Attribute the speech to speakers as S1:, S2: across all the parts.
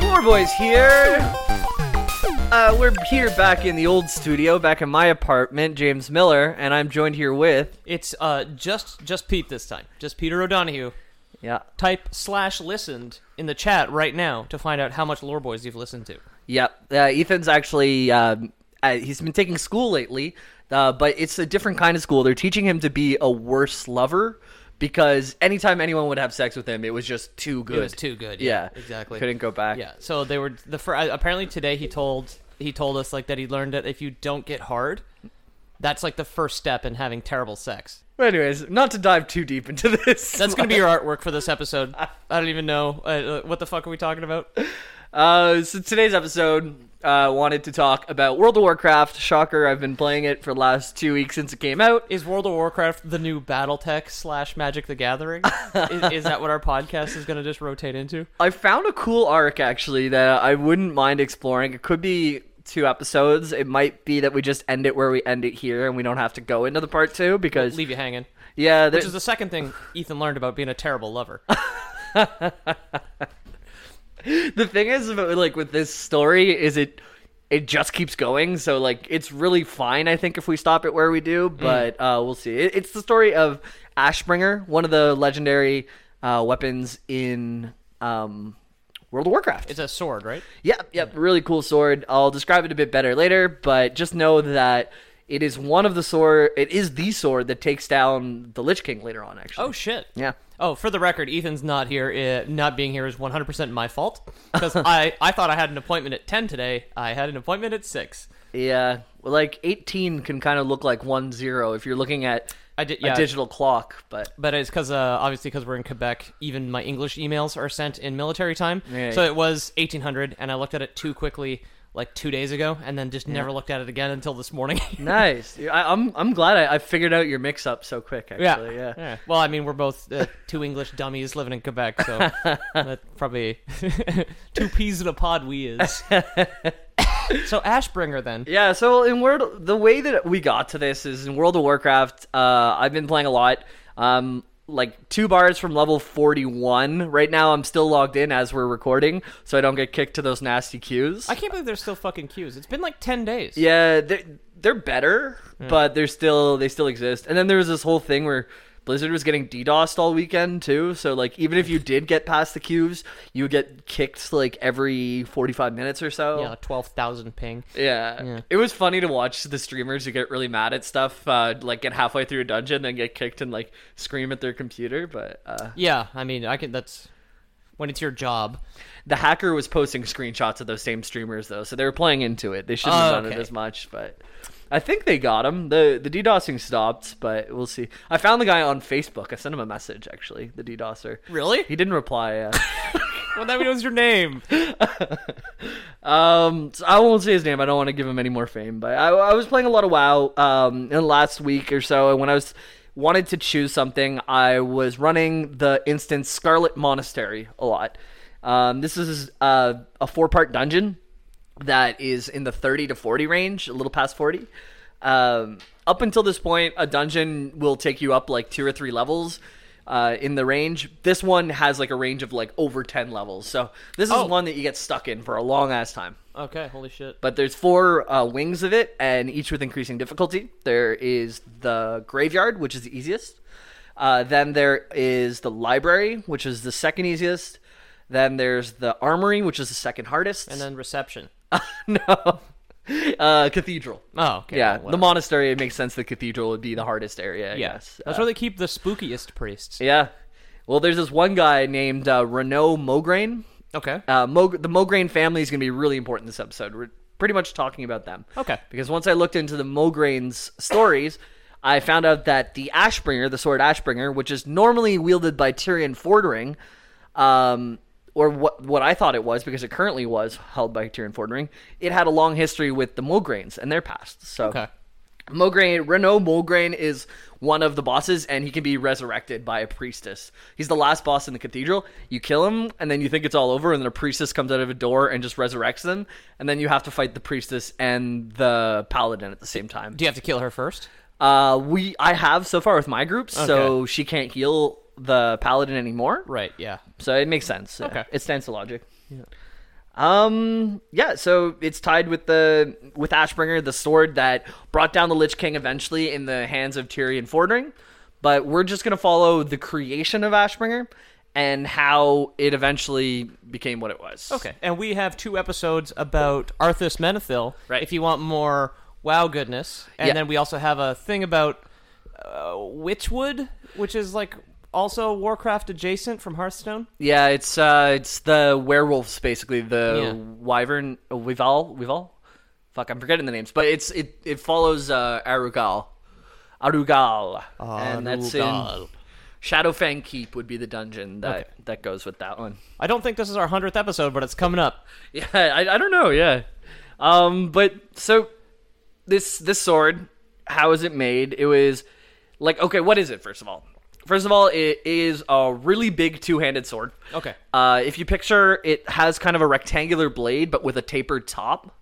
S1: More boys here. Uh, we're here back in the old studio, back in my apartment, James Miller, and I'm joined here with
S2: It's uh just just Pete this time. Just Peter O'Donohue.
S1: yeah,
S2: Type slash listened in the chat right now to find out how much Lore Boys you've listened to.
S1: Yep. Uh, Ethan's actually um, uh, he's been taking school lately, uh, but it's a different kind of school. They're teaching him to be a worse lover because anytime anyone would have sex with him, it was just too good.
S2: It was too good.
S1: Yeah,
S2: exactly.
S1: Couldn't go back.
S2: Yeah. So they were the fir- uh, apparently today he told he told us like that he learned that if you don't get hard, that's like the first step in having terrible sex.
S1: But anyways, not to dive too deep into this.
S2: That's gonna be your artwork for this episode. I don't even know uh, uh, what the fuck are we talking about.
S1: Uh, so today's episode, uh, wanted to talk about World of Warcraft. Shocker, I've been playing it for the last two weeks since it came out.
S2: Is World of Warcraft the new BattleTech slash Magic the Gathering? is, is that what our podcast is gonna just rotate into?
S1: I found a cool arc actually that I wouldn't mind exploring. It could be two episodes. It might be that we just end it where we end it here, and we don't have to go into the part two because
S2: Leave you hanging.
S1: yeah,
S2: Which
S1: there's
S2: is the second thing Ethan learned about being a terrible lover.
S1: the thing is about, like with this story is it it just keeps going. So like it's really fine. I think if we stop it where we do,
S2: Mm.
S1: but uh, we'll see. It, it's the story of Ashbringer, one of the legendary uh, weapons in um, World of Warcraft.
S2: It's a sword, right?
S1: Yep, yep, really cool sword. I'll describe it a bit better later, but just know that it is one of the sword. It is the sword that takes down the Lich King later on. Actually,
S2: Oh shit.
S1: yeah,
S2: Oh, for the record, Ethan's not here. Uh, not being here is 100% my fault because I, I thought I had an appointment at 10 today. I had an appointment at 6.
S1: yeah. Well, like eighteen can kind of look like one zero if you're looking at
S2: I did, yeah.
S1: a digital clock, but
S2: but it's because uh, obviously because we're in Quebec, even my English emails are sent in military time.
S1: Yeah.
S2: So it was 1800, and I looked at it too quickly, like two days ago, and then just never looked at it again until this morning.
S1: nice. I, I'm I'm glad I, I figured out your mix up so quick. Actually, yeah.
S2: Well, I mean, we're both uh, two English dummies living in Quebec, so that probably two peas in a pod we is. so Ashbringer then.
S1: Yeah, so in World, the way that we got to this is in World of Warcraft. Uh, I've been playing a lot, um, like two bars from level forty-one. Right now, I'm still logged in as we're recording, so I don't get kicked to those nasty queues.
S2: I can't believe there's still fucking queues. It's been like 10 days.
S1: yeah, they're, they're better, but they're still they still exist. And then there was this whole thing where Blizzard was getting DDoSed all weekend too. So like, even if you did get past the queues, you would get kicked like every forty-five minutes or so.
S2: Yeah, 12,000 ping.
S1: Yeah. It was funny to watch the streamers who get really mad at stuff, uh, like get halfway through a dungeon and get kicked and like scream at their computer. But uh,
S2: Yeah, I mean, I can. That's when it's your job.
S1: the hacker was posting screenshots of those same streamers though, so they were playing into it. They shouldn't have
S2: Oh,
S1: done it
S2: okay.
S1: as much, but I think they got him. The the DDoSing stopped, but we'll see. I found the guy on Facebook. I sent him a message actually, the DDoSer.
S2: Really?
S1: He didn't reply. Yeah.
S2: Well, that knows your name.
S1: Um, so I won't say his name. I don't want to give him any more fame. But I, I was playing a lot of WoW um, in last week or so, and when I was wanted to choose something, I was running the instance Scarlet Monastery a lot. Um, this is uh, a four part dungeon that is in the 30 to 40 range, a little past 40. Um, up until this point, a dungeon will take you up like two or three levels uh, in the range. This one has like a range of like over 10 levels. So this is
S2: Oh.
S1: one that you get stuck in for a long ass time.
S2: Okay, holy shit.
S1: But there's four uh, wings of it, and each with increasing difficulty. There is the graveyard, which is the easiest. Uh, then there is the library, which is the second easiest. Then there's the armory, which is the second hardest.
S2: And then reception.
S1: no. Uh, cathedral.
S2: Oh, okay.
S1: yeah,
S2: well,
S1: the
S2: whatever.
S1: monastry. It makes sense. The cathedral would be the hardest area. I guess.
S2: Yes, that's
S1: Uh,
S2: where they keep the spookiest priests.
S1: yeah. Well, there's this one guy named uh, Renaud Mograine.
S2: Okay.
S1: Uh, Mog- the Mograine family is going to be really important this episode. We're pretty much talking about them.
S2: Okay.
S1: Because once I looked into the Mograine's stories, I found out that the Ashbringer, the sword Ashbringer, which is normally wielded by Tyrion Fordring, um, or what what I thought it was, because it currently was held by Tyrion Fordring, it had a long history with the Mograines and their past. So
S2: Okay.
S1: Mograine, Renault Mograine is one of the bosses, and he can be resurrected by a priestess. He's the last boss in the cathedral. You kill him, and then you think it's all over, and then a priestess comes out of a door and just resurrects them, and then you have to fight the priestess and the paladin at the same time.
S2: Do you have to kill her first?
S1: Uh, we I have so far with my group, so she can't heal the paladin anymore.
S2: Right. Yeah.
S1: So it makes sense.
S2: Okay.
S1: It stands to logic. Yeah. Um yeah, so it's tied with the with Ashbringer, the sword that brought down the Lich King eventually in the hands of Tyrion Fordring. But we're just gonna follow the creation of Ashbringer and how it eventually became what it was.
S2: Okay. And we have two episodes about Arthas Menethil.
S1: Right.
S2: If you want more wow goodness, and
S1: Yeah.
S2: then we also have a thing about uh, Witchwood, which is like also Warcraft adjacent from Hearthstone.
S1: Yeah, it's uh it's the werewolves basically, the
S2: Yeah.
S1: wyvern uh, Weval Weval? Fuck, I'm forgetting the names. But it's it it follows uh Arugal. Arugal. And that's in
S2: Arugal.
S1: Shadowfang Keep would be the dungeon that
S2: Okay.
S1: that goes with that one.
S2: I don't think this is our hundredth episode, but it's coming up.
S1: Yeah, I, I don't know. Yeah, um, but so this this sword, how is it made? It was like okay, what is it? First of all, first of all, it is a really big two handed sword.
S2: Okay.
S1: Uh, if you picture, it has kind of a rectangular blade, but with a tapered top,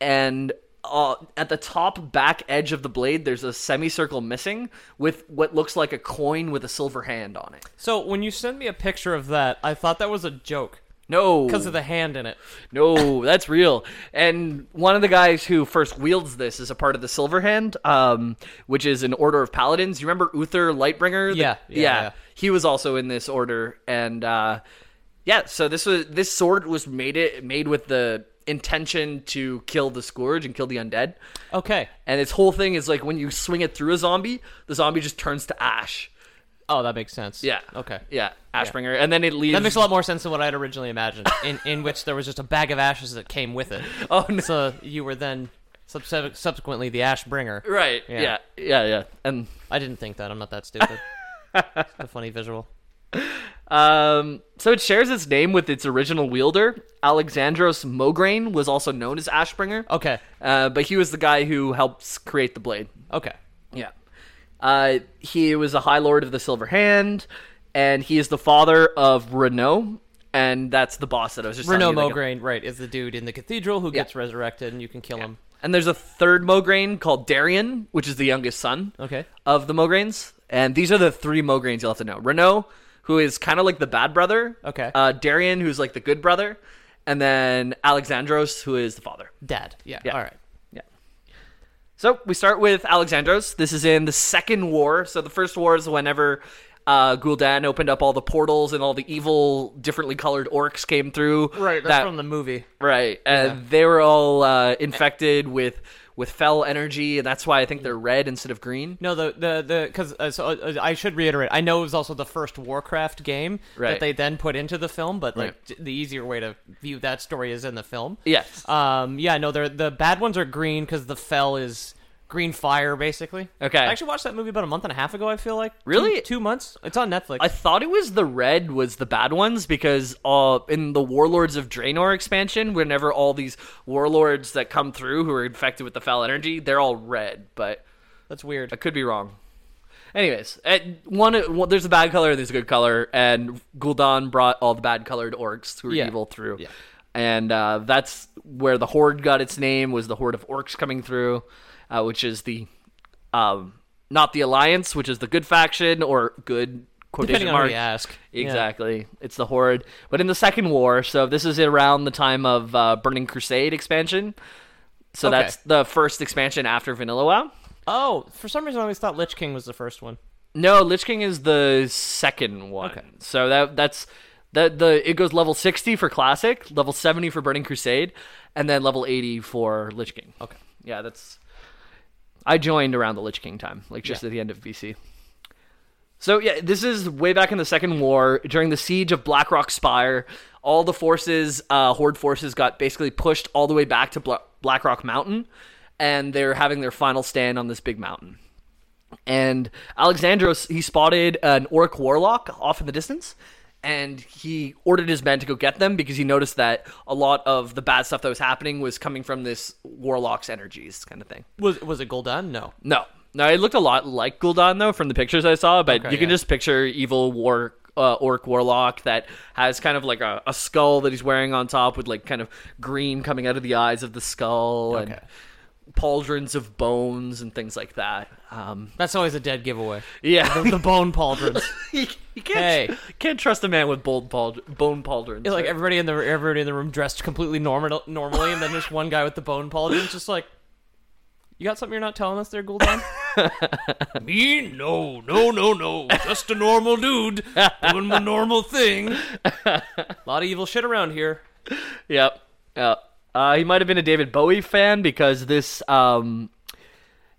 S1: and uh, at the top back edge of the blade, there's a semicircle missing with what looks like a coin with a silver hand on it.
S2: So when you sent me a picture of that, I thought that was a joke
S1: No,
S2: because of the hand in it.
S1: No, that's real. And one of the guys who first wields this is a part of the Silver Hand, um, which is an order of paladins. You remember Uther Lightbringer? The-
S2: Yeah, yeah, yeah.
S1: He was also in this order, and uh, yeah. So this was this sword was made it made with the intention to kill the scourge and kill the undead.
S2: Okay.
S1: And its whole thing is like when you swing it through a zombie, the zombie just turns to ash.
S2: Oh, that makes sense.
S1: Yeah.
S2: Okay.
S1: Yeah, Ashbringer, and then it leaves.
S2: That makes a lot more sense than what I'd originally imagined. In in which there was just a bag of ashes that came with it.
S1: Oh, no.
S2: So you were then subse- subsequently the ash bringer.
S1: Right.
S2: Yeah.
S1: yeah. Yeah. Yeah. And
S2: I didn't think that. I'm not that stupid. it's a funny visual.
S1: Um, so it shares its name with its original wielder. Alexandros Mograine was also known as Ashbringer.
S2: Okay.
S1: Uh, but he was the guy who helps create the blade.
S2: Okay.
S1: Yeah. Uh, he was a High Lord of the Silver Hand, and he is the father of Renault, and that's the boss that I was just telling
S2: Renaud
S1: you, like,
S2: Mograine, right, is the dude in the cathedral who gets resurrected and you can kill him.
S1: And there's a third Mograine called Darien, which is the youngest son
S2: Okay.
S1: of the Mograines. And these are the three Mograines you'll have to know. Renault, who is kind of like the bad brother.
S2: Okay.
S1: Uh, Darien, who's like the good brother. And then Alexandros, who is the father.
S2: Dad. Yeah.
S1: Yeah.
S2: All right.
S1: Yeah. So we start with Alexandros. This is in the second war. So the first war is whenever uh, Gul'dan opened up all the portals and all the evil, differently colored orcs came through.
S2: Right. That's
S1: That-
S2: from the movie.
S1: Right. And they were all uh, infected with with fell energy, and that's why I think they're red instead of green.
S2: No, the the the because uh, so uh, I should reiterate. I know it was also the first Warcraft game
S1: Right.
S2: that they then put into the film, but like
S1: Right.
S2: j- the easier way to view that story is in the film.
S1: Yes.
S2: Um. Yeah. No. They're the bad ones are green because the fell is green fire basically.
S1: Okay.
S2: I actually watched that movie about a month and a half ago. I feel like Two-
S1: Really?
S2: two, months. It's on Netflix.
S1: I thought it was the red was the bad ones because uh, in the Warlords of Draenor expansion, whenever all these warlords that come through who are infected with the foul energy, they're all red. But
S2: That's weird.
S1: I could be wrong. Anyways, at one, one there's a bad color, there's a good color, and Gul'dan brought all the bad colored orcs who were
S2: Yeah.
S1: evil through,
S2: Yeah.
S1: and uh, that's where the horde got its name. Was the horde of orcs coming through, uh, which is the um, not the alliance, which is the good faction or good quotation
S2: Depending on
S1: mark.
S2: who you ask. Yeah.
S1: Exactly. It's the Horde. But in the Second War, so this is around the time of uh, Burning Crusade expansion. So
S2: Okay.
S1: that's the first expansion after Vanilla WoW.
S2: Oh, for some reason I always thought Lich King was the first one.
S1: No, Lich King is the second one.
S2: Okay.
S1: So that that's that the it goes level 60 for classic, level 70 for Burning Crusade, and then level 80 for Lich King.
S2: Okay.
S1: Yeah, that's. I joined around the Lich King time, like just at the end of BC. So yeah, this is way back in the Second War during the siege of Blackrock Spire. All the forces, uh, Horde forces, got basically pushed all the way back to Bla- Blackrock Mountain, and they're having their final stand on this big mountain. And Alexandros he spotted an orc warlock off in the distance, and he ordered his men to go get them because he noticed that a lot of the bad stuff that was happening was coming from this warlock's energies kind of thing.
S2: Was was it Gul'dan? No.
S1: No, no, it looked a lot like Gul'dan though from the pictures I saw, but you can
S2: yeah.
S1: just picture evil war uh, orc warlock that has kind of like a, a skull that he's wearing on top with like kind of green coming out of the eyes of the skull and
S2: Okay.
S1: pauldrons of bones and things like that. Um,
S2: That's always a dead giveaway.
S1: yeah,
S2: The, the bone pauldrons.
S1: you, you can't
S2: Hey.
S1: can't trust a man with bold pauldr- bone pauldrons.
S2: It's
S1: right?
S2: like everybody in the everybody in the room dressed completely normal normally, and then there's one guy with the bone pauldrons, just like, you got something you're not telling us there, Gul'dan? Me? No, no, no, no. Just a normal dude doing my normal thing. A lot of evil shit around here.
S1: Yep. Yep. Uh, he might have been a David Bowie fan because this um,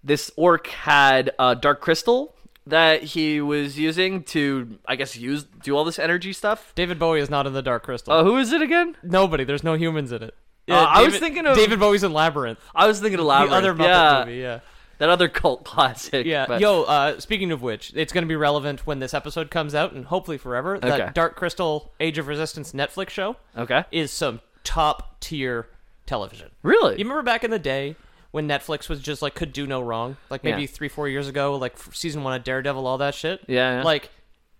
S1: this orc had a dark crystal that he was using to, I guess, use do all this energy stuff.
S2: David Bowie is not in the Dark Crystal.
S1: Uh, who is it again?
S2: Nobody. There's no humans in it. Yeah,
S1: I was thinking of-
S2: David Bowie's in Labyrinth,
S1: I was thinking of
S2: the
S1: Labyrinth.
S2: other Muppet
S1: yeah,
S2: movie. Yeah.
S1: that other cult classic.
S2: Yeah.
S1: but-
S2: Yo, uh, speaking of which, it's going to be relevant when this episode comes out and hopefully forever.
S1: Okay.
S2: That Dark Crystal Age of Resistance Netflix show
S1: Okay.
S2: is some top tier television.
S1: Really?
S2: You remember back in the day when Netflix was just like could do no wrong? Like maybe
S1: Yeah.
S2: three, four years ago, like f- season one of Daredevil, all that shit?
S1: Yeah, yeah.
S2: Like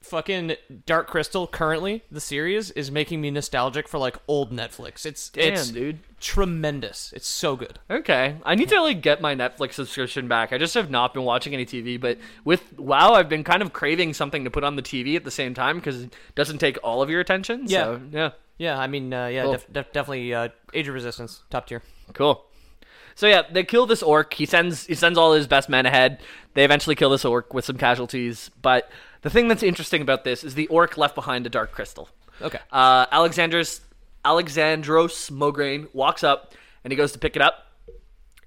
S2: fucking Dark Crystal currently, the series, is making me nostalgic for like old Netflix. It's,
S1: Damn,
S2: it's
S1: dude.
S2: tremendous. It's so good.
S1: Okay, I need to like get my Netflix subscription back. I just have not been watching any TV, but with WoW, I've been kind of craving something to put on the TV at the same time because it doesn't take all of your attention.
S2: Yeah.
S1: so, yeah,
S2: Yeah, I mean, uh, yeah,
S1: Cool.
S2: def- def- definitely uh, Age of Resistance, top tier.
S1: cool. So yeah, they kill this orc. He sends he sends all his best men ahead. They eventually kill this orc with some casualties. But the thing that's interesting about this is the orc left behind a dark crystal.
S2: Okay.
S1: Uh, Alexandros Alexandros Mograine walks up and he goes to pick it up,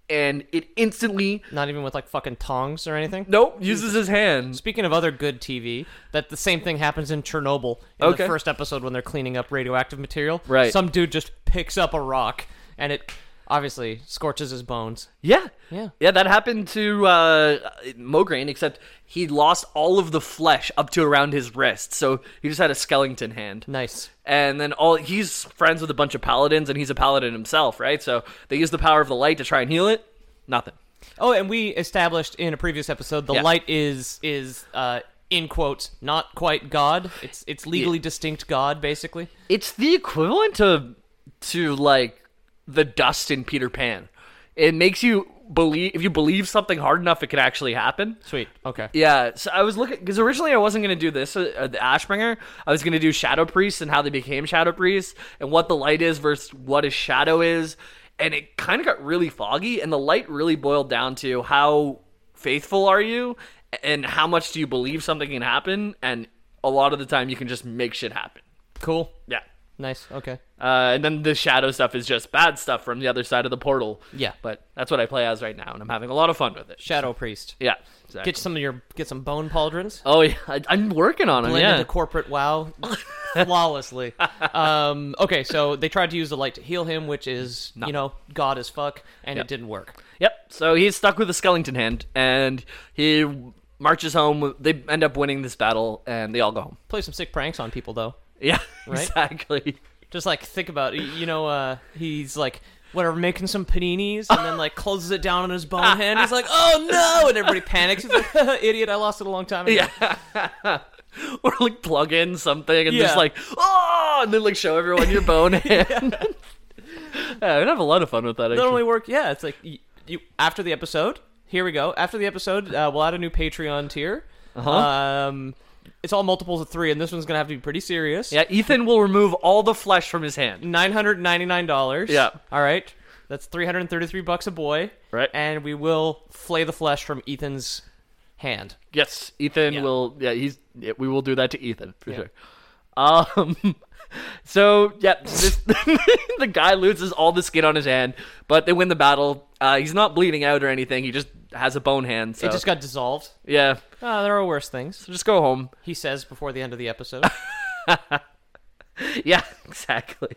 S1: and it instantly
S2: Not even with like fucking tongs or anything.
S1: nope uses his hand.
S2: Speaking of other good TV, that the same thing happens in Chernobyl in
S1: Okay.
S2: the first episode when they're cleaning up radioactive material.
S1: Right.
S2: Some dude just picks up a rock and it obviously scorches his bones.
S1: Yeah.
S2: Yeah.
S1: Yeah, that happened to uh, Mograine, except he lost all of the flesh up to around his wrist. So he just had a skeleton hand.
S2: Nice.
S1: And then all he's friends with a bunch of paladins, and he's a paladin himself, right? So they use the power of the light to try and heal it. Nothing.
S2: Oh, and we established in a previous episode the
S1: Yeah.
S2: light is is uh in quotes not quite God. It's it's legally distinct God basically.
S1: It's the equivalent to to like the dust in Peter Pan. It makes you believe if you believe something hard enough, it can actually happen.
S2: Sweet. Okay.
S1: Yeah, so I was looking because originally I wasn't gonna do this, uh, uh, the Ashbringer. I was gonna do Shadow Priests and how they became Shadow Priests and what the light is versus what a shadow is, and it kind of got really foggy. And the light really boiled down to how faithful are you and how much do you believe something can happen. And a lot of the time, you can just make shit happen.
S2: Cool.
S1: Yeah.
S2: Nice. Okay.
S1: Uh, and then the shadow stuff is just bad stuff from the other side of the portal.
S2: Yeah.
S1: But that's what I play as right now, and I'm having a lot of fun with it.
S2: Shadow priest.
S1: Yeah. Exactly.
S2: Get some of your get some bone pauldrons.
S1: Oh yeah, I, I'm working on it.
S2: blend
S1: Yeah.
S2: into corporate WoW flawlessly. um, okay, so they tried to use the light to heal him, which is you know god as fuck, and
S1: Yep.
S2: it didn't work.
S1: Yep. So he's stuck with a skeleton hand, and he marches home. They end up winning this battle, and they all go home.
S2: Play some sick pranks on people though.
S1: Yeah,
S2: Right?
S1: exactly.
S2: Just like think about y- you know uh, he's like whatever making some paninis and then like closes it down on his bone hand. He's like oh no, and everybody panics. He's like idiot, I lost it a long time ago.
S1: Yeah. or like plug in something, and
S2: Yeah.
S1: just like oh, and then like show everyone your bone hand. yeah. I'd have a lot of fun with that.
S2: That
S1: Actually.
S2: only work. Yeah, it's like you, you after the episode. Here we go. After the episode, uh, we'll add a new Patreon tier. Uh-huh. Um, it's all multiples of three, and this one's gonna have to be pretty serious.
S1: Yeah, Ethan will remove all the flesh from his hand.
S2: nine hundred ninety nine dollars.
S1: Yeah.
S2: All right, that's three hundred thirty three bucks a boy.
S1: Right.
S2: and we will flay the flesh from Ethan's hand.
S1: Yes, Ethan
S2: Yeah.
S1: will. Yeah, he's. Yeah, we will do that to Ethan for sure. Um, So, yep, this, the guy loses all the skin on his hand, but they win the battle. Uh, he's not bleeding out or anything. He just has a bone hand. So,
S2: It just got dissolved.
S1: yeah,
S2: Ah, there are worse things,
S1: so just go home.
S2: he says before the end of the episode.
S1: Yeah, exactly.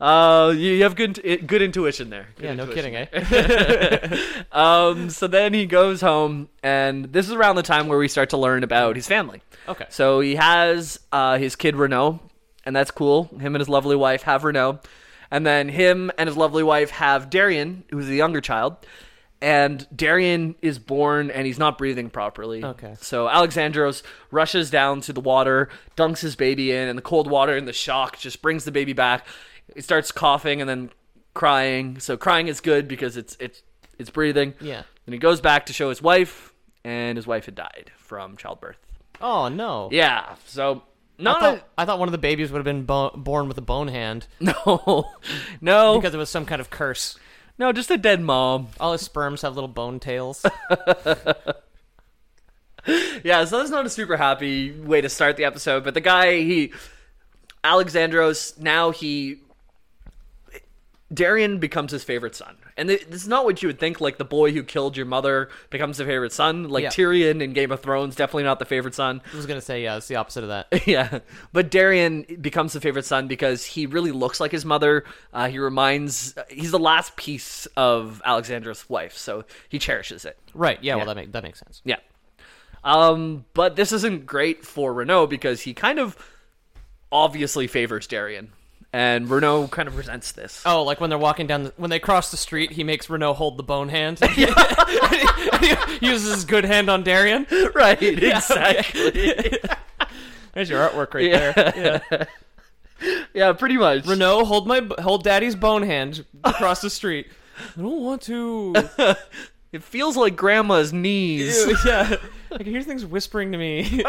S1: Uh, you, you have good i- good intuition there. Good
S2: yeah, no
S1: intuition.
S2: kidding, eh?
S1: Um, so then he goes home, and this is around the time where we start to learn about his family.
S2: Okay.
S1: So he has uh, his kid Renault, and that's cool. Him and his lovely wife have Renault, and then him and his lovely wife have Darian, who's the younger child. And Darian is born, and he's not breathing properly.
S2: Okay.
S1: So Alexandros rushes down to the water, dunks his baby in, and the cold water and the shock just brings the baby back. He starts coughing and then crying. So crying is good because it's it's it's breathing.
S2: Yeah.
S1: Then he goes back to show his wife, and his wife had died from childbirth.
S2: Oh no.
S1: Yeah. So
S2: I
S1: not
S2: thought, I thought one of the babies would have been bo- born with a bone hand
S1: a, no, no,
S2: because it was some kind of curse.
S1: no, just a dead mom.
S2: All his sperms have little bone tails.
S1: Yeah. So that's not a super happy way to start the episode. But the guy, he, Alexandros, now he, Darian becomes his favorite son, and th- this is not what you would think. Like the boy who killed your mother becomes the favorite son. Like
S2: Yeah.
S1: Tyrion in Game of Thrones, definitely not the favorite son.
S2: I was gonna say yeah, it's the opposite of that.
S1: Yeah, but Darian becomes the favorite son because he really looks like his mother. Uh, he reminds he's the last piece of Alexandra's life, so he cherishes it.
S2: Right? Yeah. Well, that makes that makes sense.
S1: Yeah. Um, but this isn't great for Renault because he kind of obviously favors Darian, and Renault kind of resents this.
S2: Oh, like when they're walking down, the, when they cross the street, he makes Renault hold the bone hand. he uses his good hand on Darian.
S1: right, exactly.
S2: There's your artwork right
S1: Yeah.
S2: there.
S1: yeah, pretty much.
S2: Renault, hold my b- hold Daddy's bone hand across the street. I don't want to.
S1: it feels like Grandma's knees.
S2: Ew, yeah, I can hear things whispering to me.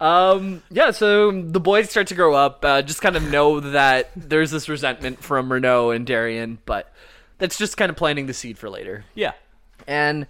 S1: Um, yeah, so the boys start to grow up, uh, just kind of know that there's this resentment from Renault and Darian, but that's just kind of planting the seed for later.
S2: yeah.
S1: And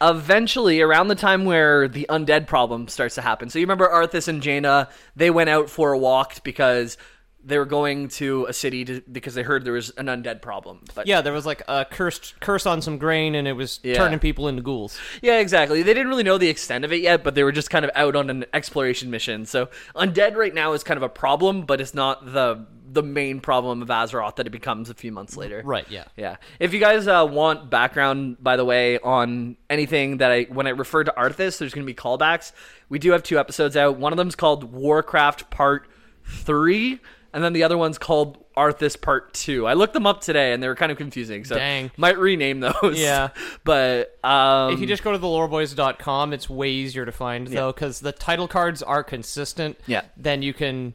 S1: eventually, around the time where the undead problem starts to happen, so you remember Arthas and Jaina, they went out for a walk because they were going to a city to, because they heard there was an undead problem. But
S2: Yeah, there was like a cursed curse on some grain, and it was
S1: Yeah.
S2: turning people into ghouls.
S1: Yeah, exactly. They didn't really know the extent of it yet, but they were just kind of out on an exploration mission. So undead right now is kind of a problem, but it's not the the main problem of Azeroth that it becomes a few months later.
S2: Right, yeah.
S1: Yeah. If you guys uh, want background, by the way, on anything that I when I refer to Arthas, there's going to be callbacks. We do have two episodes out. One of them's called Warcraft Part Three, and then the other one's called Arthas Part Two. I looked them up today, and they were kind of confusing. So
S2: Dang.
S1: might rename those.
S2: Yeah.
S1: but um,
S2: If you just go to theloreboys.com, it's way easier to find, though, because the title cards are consistent.
S1: Yeah.
S2: Then you can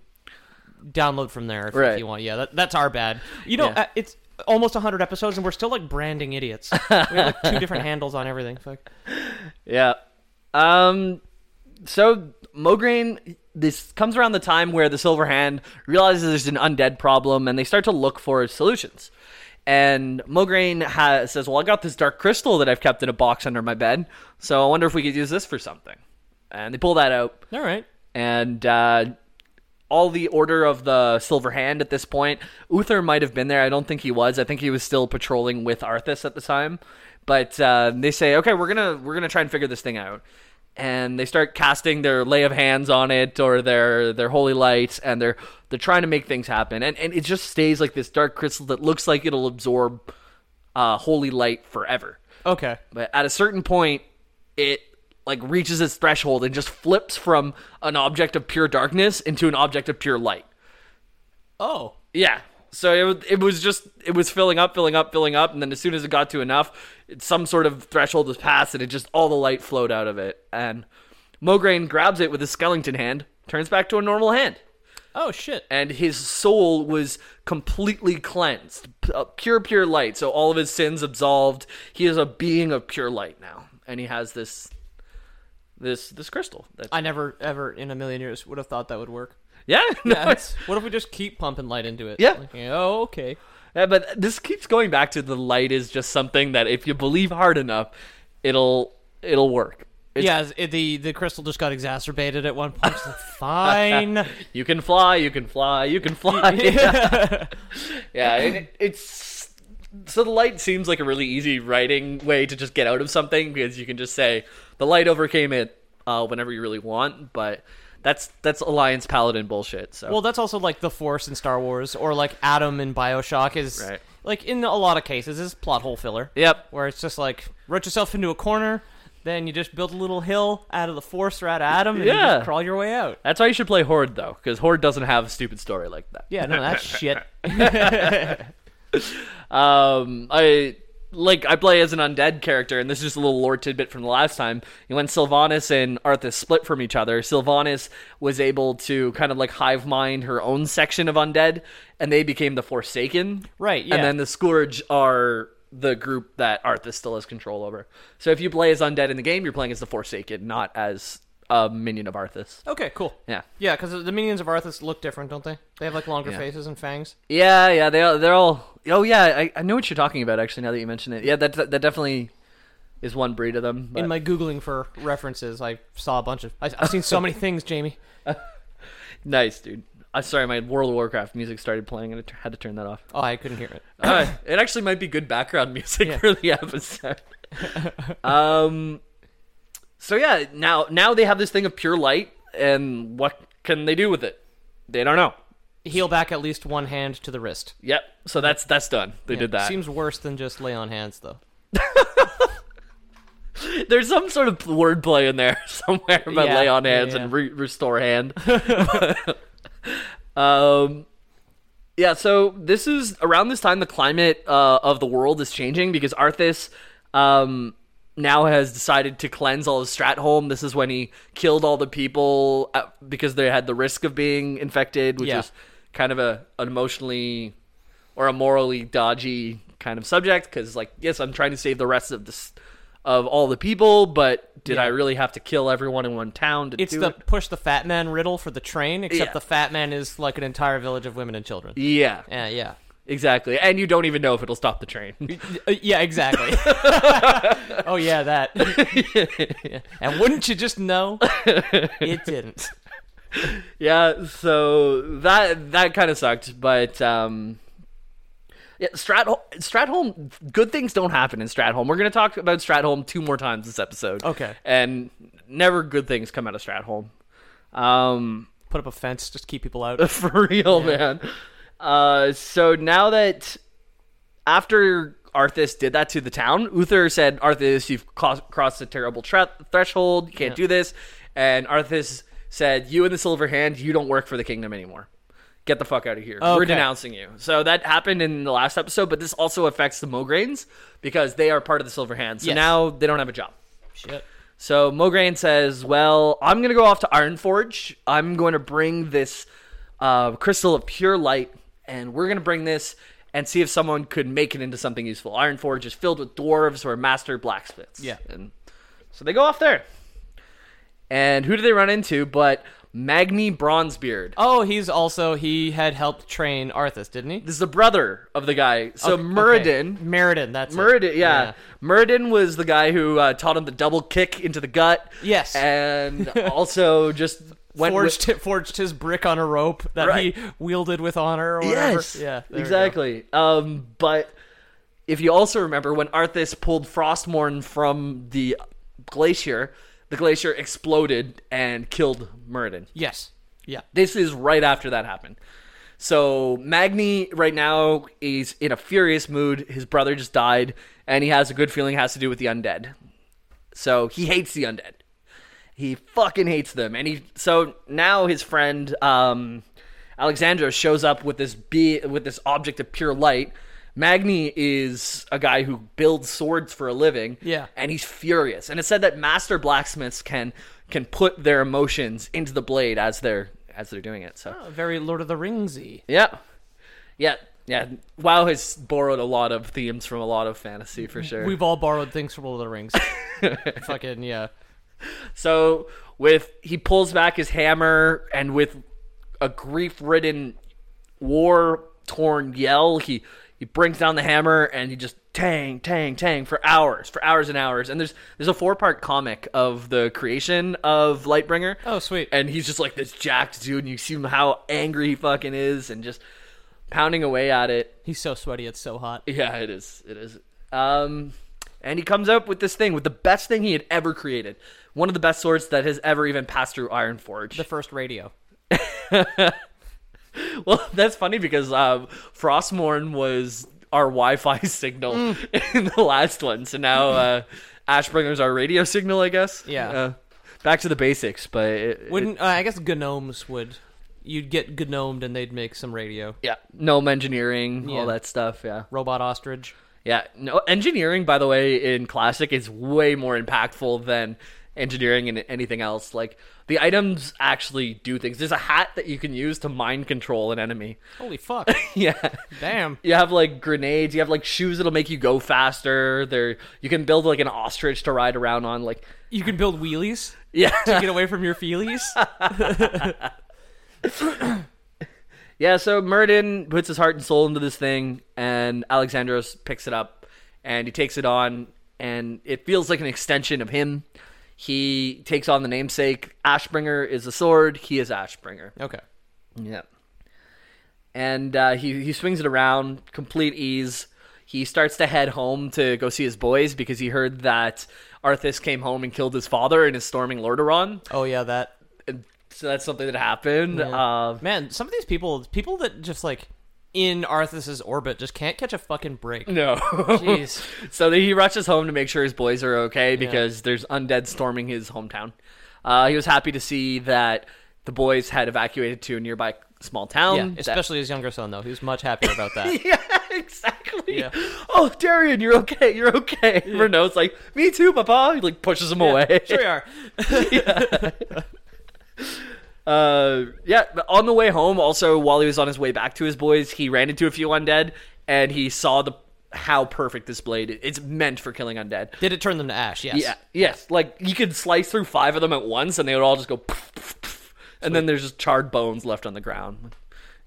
S2: download from there if, if
S1: Right.
S2: you want. Yeah, that, that's our bad. You know,
S1: Yeah.
S2: uh, it's almost 100 episodes, and we're still like branding idiots. we have like two different handles on everything. Fuck.
S1: Yeah. Um. So Mograine, this comes around the time where the Silver Hand realizes there's an undead problem, and they start to look for solutions. And Mograine has, says, "Well, I got this dark crystal that I've kept in a box under my bed, so I wonder if we could use this for something." And they pull that out,
S2: All right.
S1: and uh, all the order of the Silver Hand at this point. Uther might have been there. I don't think he was. I think he was still patrolling with Arthas at the time. But uh, they say, okay, we're gonna we're gonna try and figure this thing out. And they start casting their lay of hands on it or their their holy lights, and they're they're trying to make things happen. And and it just stays like this dark crystal that looks like it'll absorb uh, holy light forever
S2: Okay.
S1: but at a certain point it like reaches its threshold and just flips from an object of pure darkness into an object of pure light
S2: Oh.
S1: yeah so it, wa- it was just it was filling up filling up filling up and then as soon as it got to enough it, some sort of threshold was passed and it just all the light flowed out of it and mograine grabs it with his skeleton hand turns back to a normal hand
S2: Oh, shit.
S1: and his soul was completely cleansed p- uh, pure pure light so all of his sins absolved he is a being of pure light now and he has this this this crystal that,
S2: I never, ever in a million years would have thought that would work.
S1: yeah, no,
S2: Yeah, it's- what if we just keep pumping light into it?
S1: Yeah.
S2: Like, oh, okay.
S1: yeah, but this keeps going back to the light is just something that if you believe hard enough it'll it'll work
S2: yeah, it, the the crystal just got exacerbated at one point. It's like, Fine.
S1: You can fly, you can fly, you can fly. yeah, and it, it's so the light seems like a really easy writing way to just get out of something because you can just say the light overcame it uh, whenever you really want, but that's that's alliance paladin bullshit. So
S2: Well, that's also like the Force in Star Wars, or like Adam in Bioshock is
S1: Right.
S2: like in a lot of cases is plot hole filler.
S1: Yep.
S2: Where it's just like root yourself into a corner, then you just build a little hill out of the Force or out of Adam, and you
S1: Yeah.
S2: just crawl your way out.
S1: that's why you should play Horde though, because Horde doesn't have a stupid story like that.
S2: Yeah, no, that's shit.
S1: Um, I like I play as an undead character, and this is just a little lore tidbit from the last time. And when Sylvanas and Arthas split from each other, Sylvanas was able to kind of like hive mind her own section of undead, and they became the Forsaken.
S2: Right, yeah.
S1: And then the Scourge are the group that Arthas still has control over. So if you play as undead in the game, you're playing as the Forsaken, not as a minion of Arthas.
S2: Okay, cool.
S1: Yeah.
S2: Yeah, because the minions of Arthas look different, don't they? They have like longer faces and fangs.
S1: Yeah, yeah, they all, they're all. Oh yeah, I, I know what you're talking about actually. Now that you mention it, yeah, that that definitely is one breed of them. but-
S2: In my googling for references, I saw a bunch of. I, I've seen so many things, Jamie.
S1: nice, dude. I'm sorry, my World of Warcraft music started playing, and I t- had to turn that off.
S2: Oh, I couldn't hear it.
S1: Uh, it actually might be good background music
S2: Yeah.
S1: for the episode. um, so yeah, now now they have this thing of pure light, and what can they do with it? They don't know.
S2: Heal back at least one hand to the wrist.
S1: Yep. So that's that's done. They did that.
S2: Seems worse than just lay on hands, though.
S1: There's some sort of wordplay in there somewhere about
S2: Yeah,
S1: lay on
S2: yeah,
S1: hands
S2: yeah.
S1: and re- restore hand. um, yeah, so this is around this time the climate uh, of the world is changing because Arthas um, now has decided to cleanse all of Stratholme. This is when he killed all the people uh because they had the risk of being infected, which
S2: Yeah.
S1: is kind of a an emotionally or a morally dodgy kind of subject because like yes i'm trying to save the rest of this of all the people but did i really have to kill everyone in one town to
S2: It's
S1: do
S2: the
S1: it?
S2: push the fat man riddle for the train, except
S1: Yeah.
S2: the fat man is like an entire village of women and children. Yeah,
S1: yeah
S2: yeah.
S1: exactly and you don't even know if it'll stop the train
S2: Uh, yeah, exactly. oh, yeah, that. And wouldn't you just know? It didn't.
S1: yeah so that that kind of sucked but um yeah, Stratholm, Stratholm, good things don't happen in Stratholm. We're going to talk about Stratholm two more times this episode.
S2: Okay.
S1: And never good things come out of Stratholm. Um,
S2: Put up a fence, just keep people out.
S1: for real, man. Uh, so now that after Arthas did that to the town, Uther said, "Arthas, you've cos- crossed a terrible tre- threshold. You can't do this." And Arthas said, "You and the Silver Hand, you don't work for the kingdom anymore. Get the fuck out of here. We're
S2: Okay.
S1: denouncing you." So that happened in the last episode, but this also affects the Mograines because they are part of the Silver Hand. So
S2: Yes.
S1: now they don't have a job.
S2: Shit.
S1: So Mograine says, "Well, I'm going to go off to Ironforge. I'm going to bring this uh, crystal of pure light, and we're going to bring this and see if someone could make it into something useful. Ironforge is filled with dwarves who are master blacksmiths.
S2: Yeah.
S1: and so they go off there. And who do they run into? But Magni Bronzebeard.
S2: Oh, he's also, he had helped train Arthas, didn't he?
S1: This is the brother of the guy. So
S2: Okay.
S1: Muradin."
S2: Meriden, that's it.
S1: Muradin, yeah. Muradin was the guy who uh, taught him the double kick into the gut.
S2: Yes.
S1: and also just went with-
S2: forged, forged his brick on a rope that
S1: Right.
S2: he wielded with honor or whatever.
S1: Yes.
S2: Yeah, there we go.
S1: Exactly. Um, but if you also remember when Arthas pulled Frostmourne from the glacier, the glacier exploded and killed Muradin.
S2: Yes. Yeah.
S1: This is right after that happened. So Magni right now is in a furious mood. His brother just died, and he has a good feeling it has to do with the undead. So he hates the undead. He fucking hates them, and he so now his friend um, Alexandra shows up with this be with this object of pure light. Magni is a guy who builds swords for a living,
S2: Yeah.
S1: and he's furious. And it said that master blacksmiths can can put their emotions into the blade as they're as they're doing it. So
S2: Very Lord of the Ringsy.
S1: yeah, yeah, yeah. WoW has borrowed a lot of themes from a lot of fantasy for sure.
S2: We've all borrowed things from Lord of the Rings. Fucking yeah.
S1: So with he pulls back his hammer and with a grief-ridden, war-torn yell, he he brings down the hammer and he just tang tang tang for hours for hours and hours and there's there's a four part comic of the creation of lightbringer
S2: Oh, sweet.
S1: and he's just like this jacked dude and you see him how angry he fucking is and just pounding away at it
S2: He's so sweaty, it's so hot.
S1: yeah, it is. It is. Um, and he comes up with this thing, with the best thing he had ever created. One of the best swords that has ever even passed through Iron Forge.
S2: The first radio.
S1: well, that's funny because um, Frostmourne was our Wi-Fi signal in the last one, so now uh, Ashbringer's our radio signal, I guess.
S2: Yeah.
S1: Uh, back to the basics, but it,
S2: Wouldn't uh, I guess gnomes would? You'd get gnomed and they'd make some radio.
S1: yeah, gnome engineering,
S2: Yeah.
S1: all that stuff. Yeah.
S2: Robot ostrich.
S1: Yeah, no engineering by the way in classic is way more impactful than engineering and anything else. Like the items actually do things. There's a hat that you can use to mind control an enemy.
S2: Holy fuck!
S1: Yeah.
S2: Damn.
S1: You have like grenades, you have like shoes that'll make you go faster. There you can build like an ostrich to ride around on like
S2: You can build wheelies
S1: yeah.
S2: to get away from your feelies.
S1: Yeah, so Murden puts his heart and soul into this thing, and Alexandros picks it up, and he takes it on, and it feels like an extension of him. He takes on the namesake. Ashbringer is the sword. He is Ashbringer.
S2: Okay.
S1: Yeah. And uh, he he swings it around complete ease. He starts to head home to go see his boys because he heard that Arthas came home and killed his father and is storming Lordaeron.
S2: Oh yeah, that
S1: And so that's something that happened. Uh,
S2: man. Some of these people, people that just like in Arthas's orbit, just can't catch a fucking break.
S1: no.
S2: Jeez.
S1: So he rushes home to make sure his boys are okay because there's undead storming his hometown. Uh, he was happy to see that the boys had evacuated to a nearby small town.
S2: Yeah,
S1: that-
S2: especially his younger son though. He was much happier about that.
S1: yeah, exactly.
S2: Yeah.
S1: Oh, Darian, you're okay. You're okay. Renault's like, me too, Papa. He like pushes him away.
S2: Sure you are.
S1: Uh, yeah. but On the way home, also while he was on his way back to his boys, he ran into a few undead and he saw the how perfect this blade. is. It's meant for killing undead.
S2: Did it turn them to ash? Yes.
S1: Yeah, yes. Like you could slice through five of them at once, and they would all just go, poof, poof, poof, and then there's just charred bones left on the ground.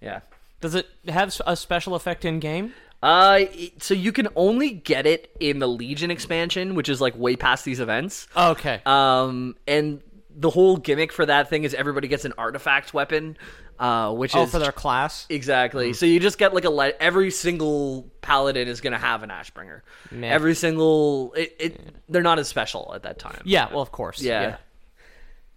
S1: Yeah.
S2: Does it have s- a special effect in game?
S1: Uh, it- so you can only get it in the Legion expansion, which is like way past these
S2: Oh,
S1: events.
S2: Okay.
S1: Um, and the whole gimmick for that thing is everybody gets an artifact weapon, uh, which
S2: oh,
S1: is
S2: for Mm-hmm. their class.
S1: Exactly. So you just get like a le- every single paladin is gonna have an Ashbringer.
S2: Meh.
S1: Every single it, it they're not as special at that time.
S2: Yeah. Well, of course.
S1: Yeah.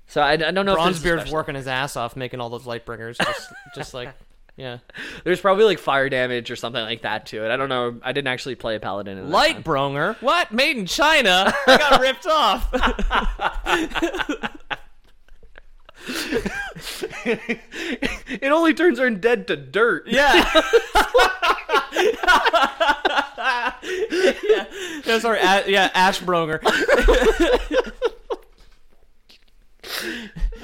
S1: So I, I don't know if there's a
S2: Bronzebeard's
S1: special-
S2: working his ass off making all those lightbringers, just, just like, yeah.
S1: There's probably like fire damage or something like that to it. I don't know. I didn't actually play a paladin in that time.
S2: Lightbringer? What? Made in China? I got ripped off.
S1: It only turns her dead to dirt.
S2: yeah. yeah. No, sorry. A- yeah, Ashbronger.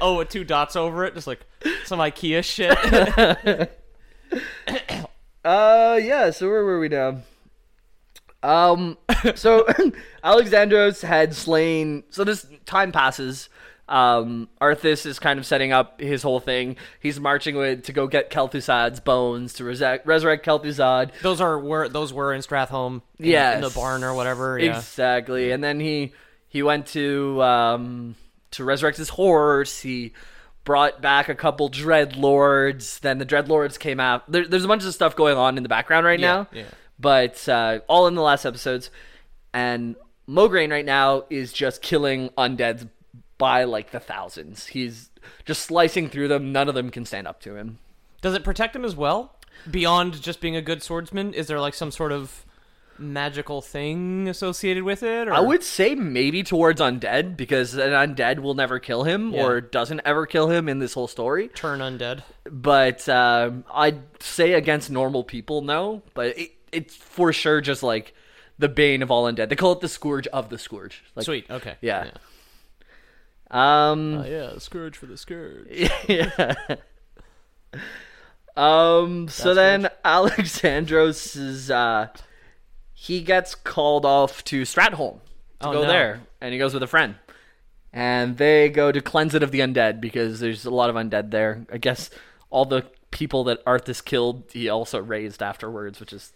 S2: oh, with two dots over it, just like some IKEA shit.
S1: Uh yeah, so where were we now? Um so Alexandros had slain so this time passes. Um Arthas is kind of setting up his whole thing. He's marching with to go get Kel'Thuzad's bones to resurrect, resurrect Kel'Thuzad.
S2: those are were those were in Strathholm. in-
S1: Yeah,
S2: in the barn or whatever. Yeah,
S1: Exactly. And then he he went to um to resurrect his horse. He brought back a couple dreadlords. Then the dreadlords came out. There, there's a bunch of stuff going on in the background right
S2: Yeah,
S1: now.
S2: yeah.
S1: But uh, all in the last episodes. And Mograine right now is just killing undeads by like the thousands. He's just slicing through them. None of them can stand up to him.
S2: does it protect him as well? Beyond just being a good swordsman, is there like some sort of magical thing associated with it? Or?
S1: I would say maybe towards undead because an undead will never kill him
S2: Yeah.
S1: or doesn't ever kill him in this whole story.
S2: turn undead.
S1: But um, I'd say against normal people, no. But it, it's for sure just like the bane of all undead. They call it the scourge of the scourge. Like,
S2: Sweet. Uh, Okay.
S1: Yeah. Um.
S2: yeah, scourge for the scourge.
S1: yeah. um. So then Alexandros is uh, he gets called off to Stratholm to
S2: Oh,
S1: go
S2: no.
S1: there, and he goes with a friend, and they go to cleanse it of the undead because there's a lot of undead there. I guess all the people that Arthas killed, he also raised afterwards, which is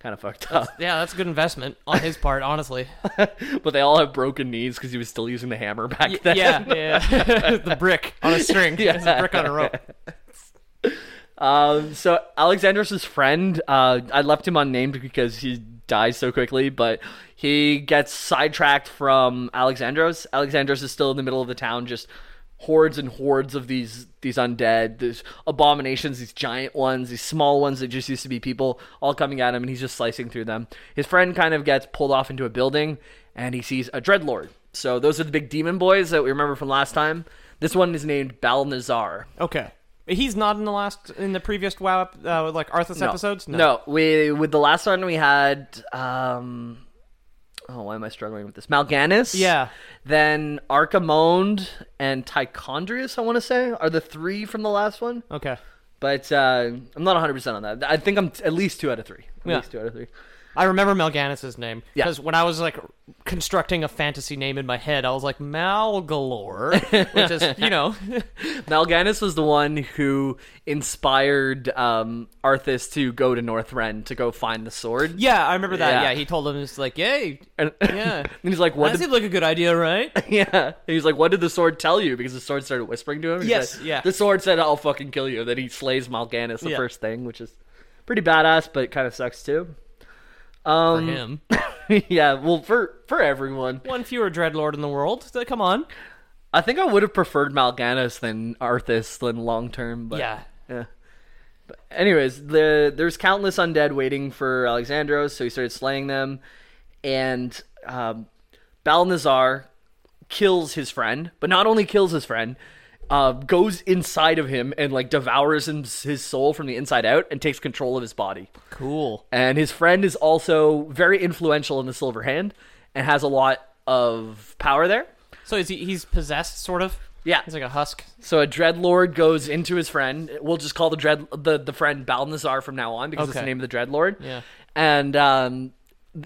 S1: Kind of fucked up.
S2: Yeah, that's a good investment on his part, honestly.
S1: but they all have broken knees because he was still using the hammer back
S2: yeah,
S1: then.
S2: yeah. the brick on a string.
S1: Yeah.
S2: It's a brick on a rope.
S1: Um, so Alexandros' friend, uh, I left him unnamed because he dies so quickly, but he gets sidetracked from Alexandros. Alexandros is still in the middle of the town, just hordes and hordes of these these undead, these abominations, these giant ones, these small ones that just used to be people, all coming at him, and he's just slicing through them. His friend kind of gets pulled off into a building, and he sees a dreadlord. So those are the big demon boys that we remember from last time. This one is named Balnazar.
S2: Okay. He's not in the last, in the previous WoW, ep- uh, like Arthas episodes?
S1: No. we with the last one we had. um Oh, why am I struggling with this? Malganis.
S2: Yeah.
S1: Then Archimond and Tichondrius, I want to say, are the three from the last one.
S2: Okay.
S1: But uh, I'm not 100% on that. I think I'm t- at least two out of three. At
S2: Yeah.
S1: least two out of three.
S2: I remember Mal'Ganis' name
S1: Yeah.
S2: because when I was like constructing a fantasy name in my head, I was like Malgalore, which is you know
S1: Malganis was the one who inspired um, Arthas to go to Northrend to go find the sword.
S2: Yeah, I remember that.
S1: Yeah.
S2: Yeah, he told him it's like, "Yay,
S1: And-
S2: yeah."
S1: And he's like, what
S2: that
S1: did
S2: seemed like a good idea, right?
S1: Yeah. And he's like, What did the sword tell you? Because the sword started whispering to him. He's
S2: Yes,
S1: like,
S2: yeah.
S1: The sword said, I'll fucking kill you. Then he slays Mal'Ganis the
S2: Yeah.
S1: first thing, which is pretty badass, but kind of sucks too. Um,
S2: For
S1: Mm-hmm.
S2: him,
S1: yeah, well, for, for everyone.
S2: one fewer dreadlord in the world. So, Come on,
S1: I think I would have preferred Mal'Ganis than Arthas than long term, but.
S2: yeah.
S1: Yeah. But anyways, the there's countless undead waiting for Alexandros, so he started slaying them, and um, Balnazar kills his friend, but not only kills his friend, uh, goes inside of him and like devours him, his soul from the inside out and takes control of his body.
S2: Cool.
S1: And his friend is also very influential in the Silver Hand and has a lot of power there.
S2: So is he? He's possessed, sort of.
S1: Yeah.
S2: he's like a husk.
S1: So a dreadlord goes into his friend. We'll just call the dread the, the friend Balnazar from now on because it's the
S2: Okay.
S1: name of the dreadlord.
S2: Yeah.
S1: And um,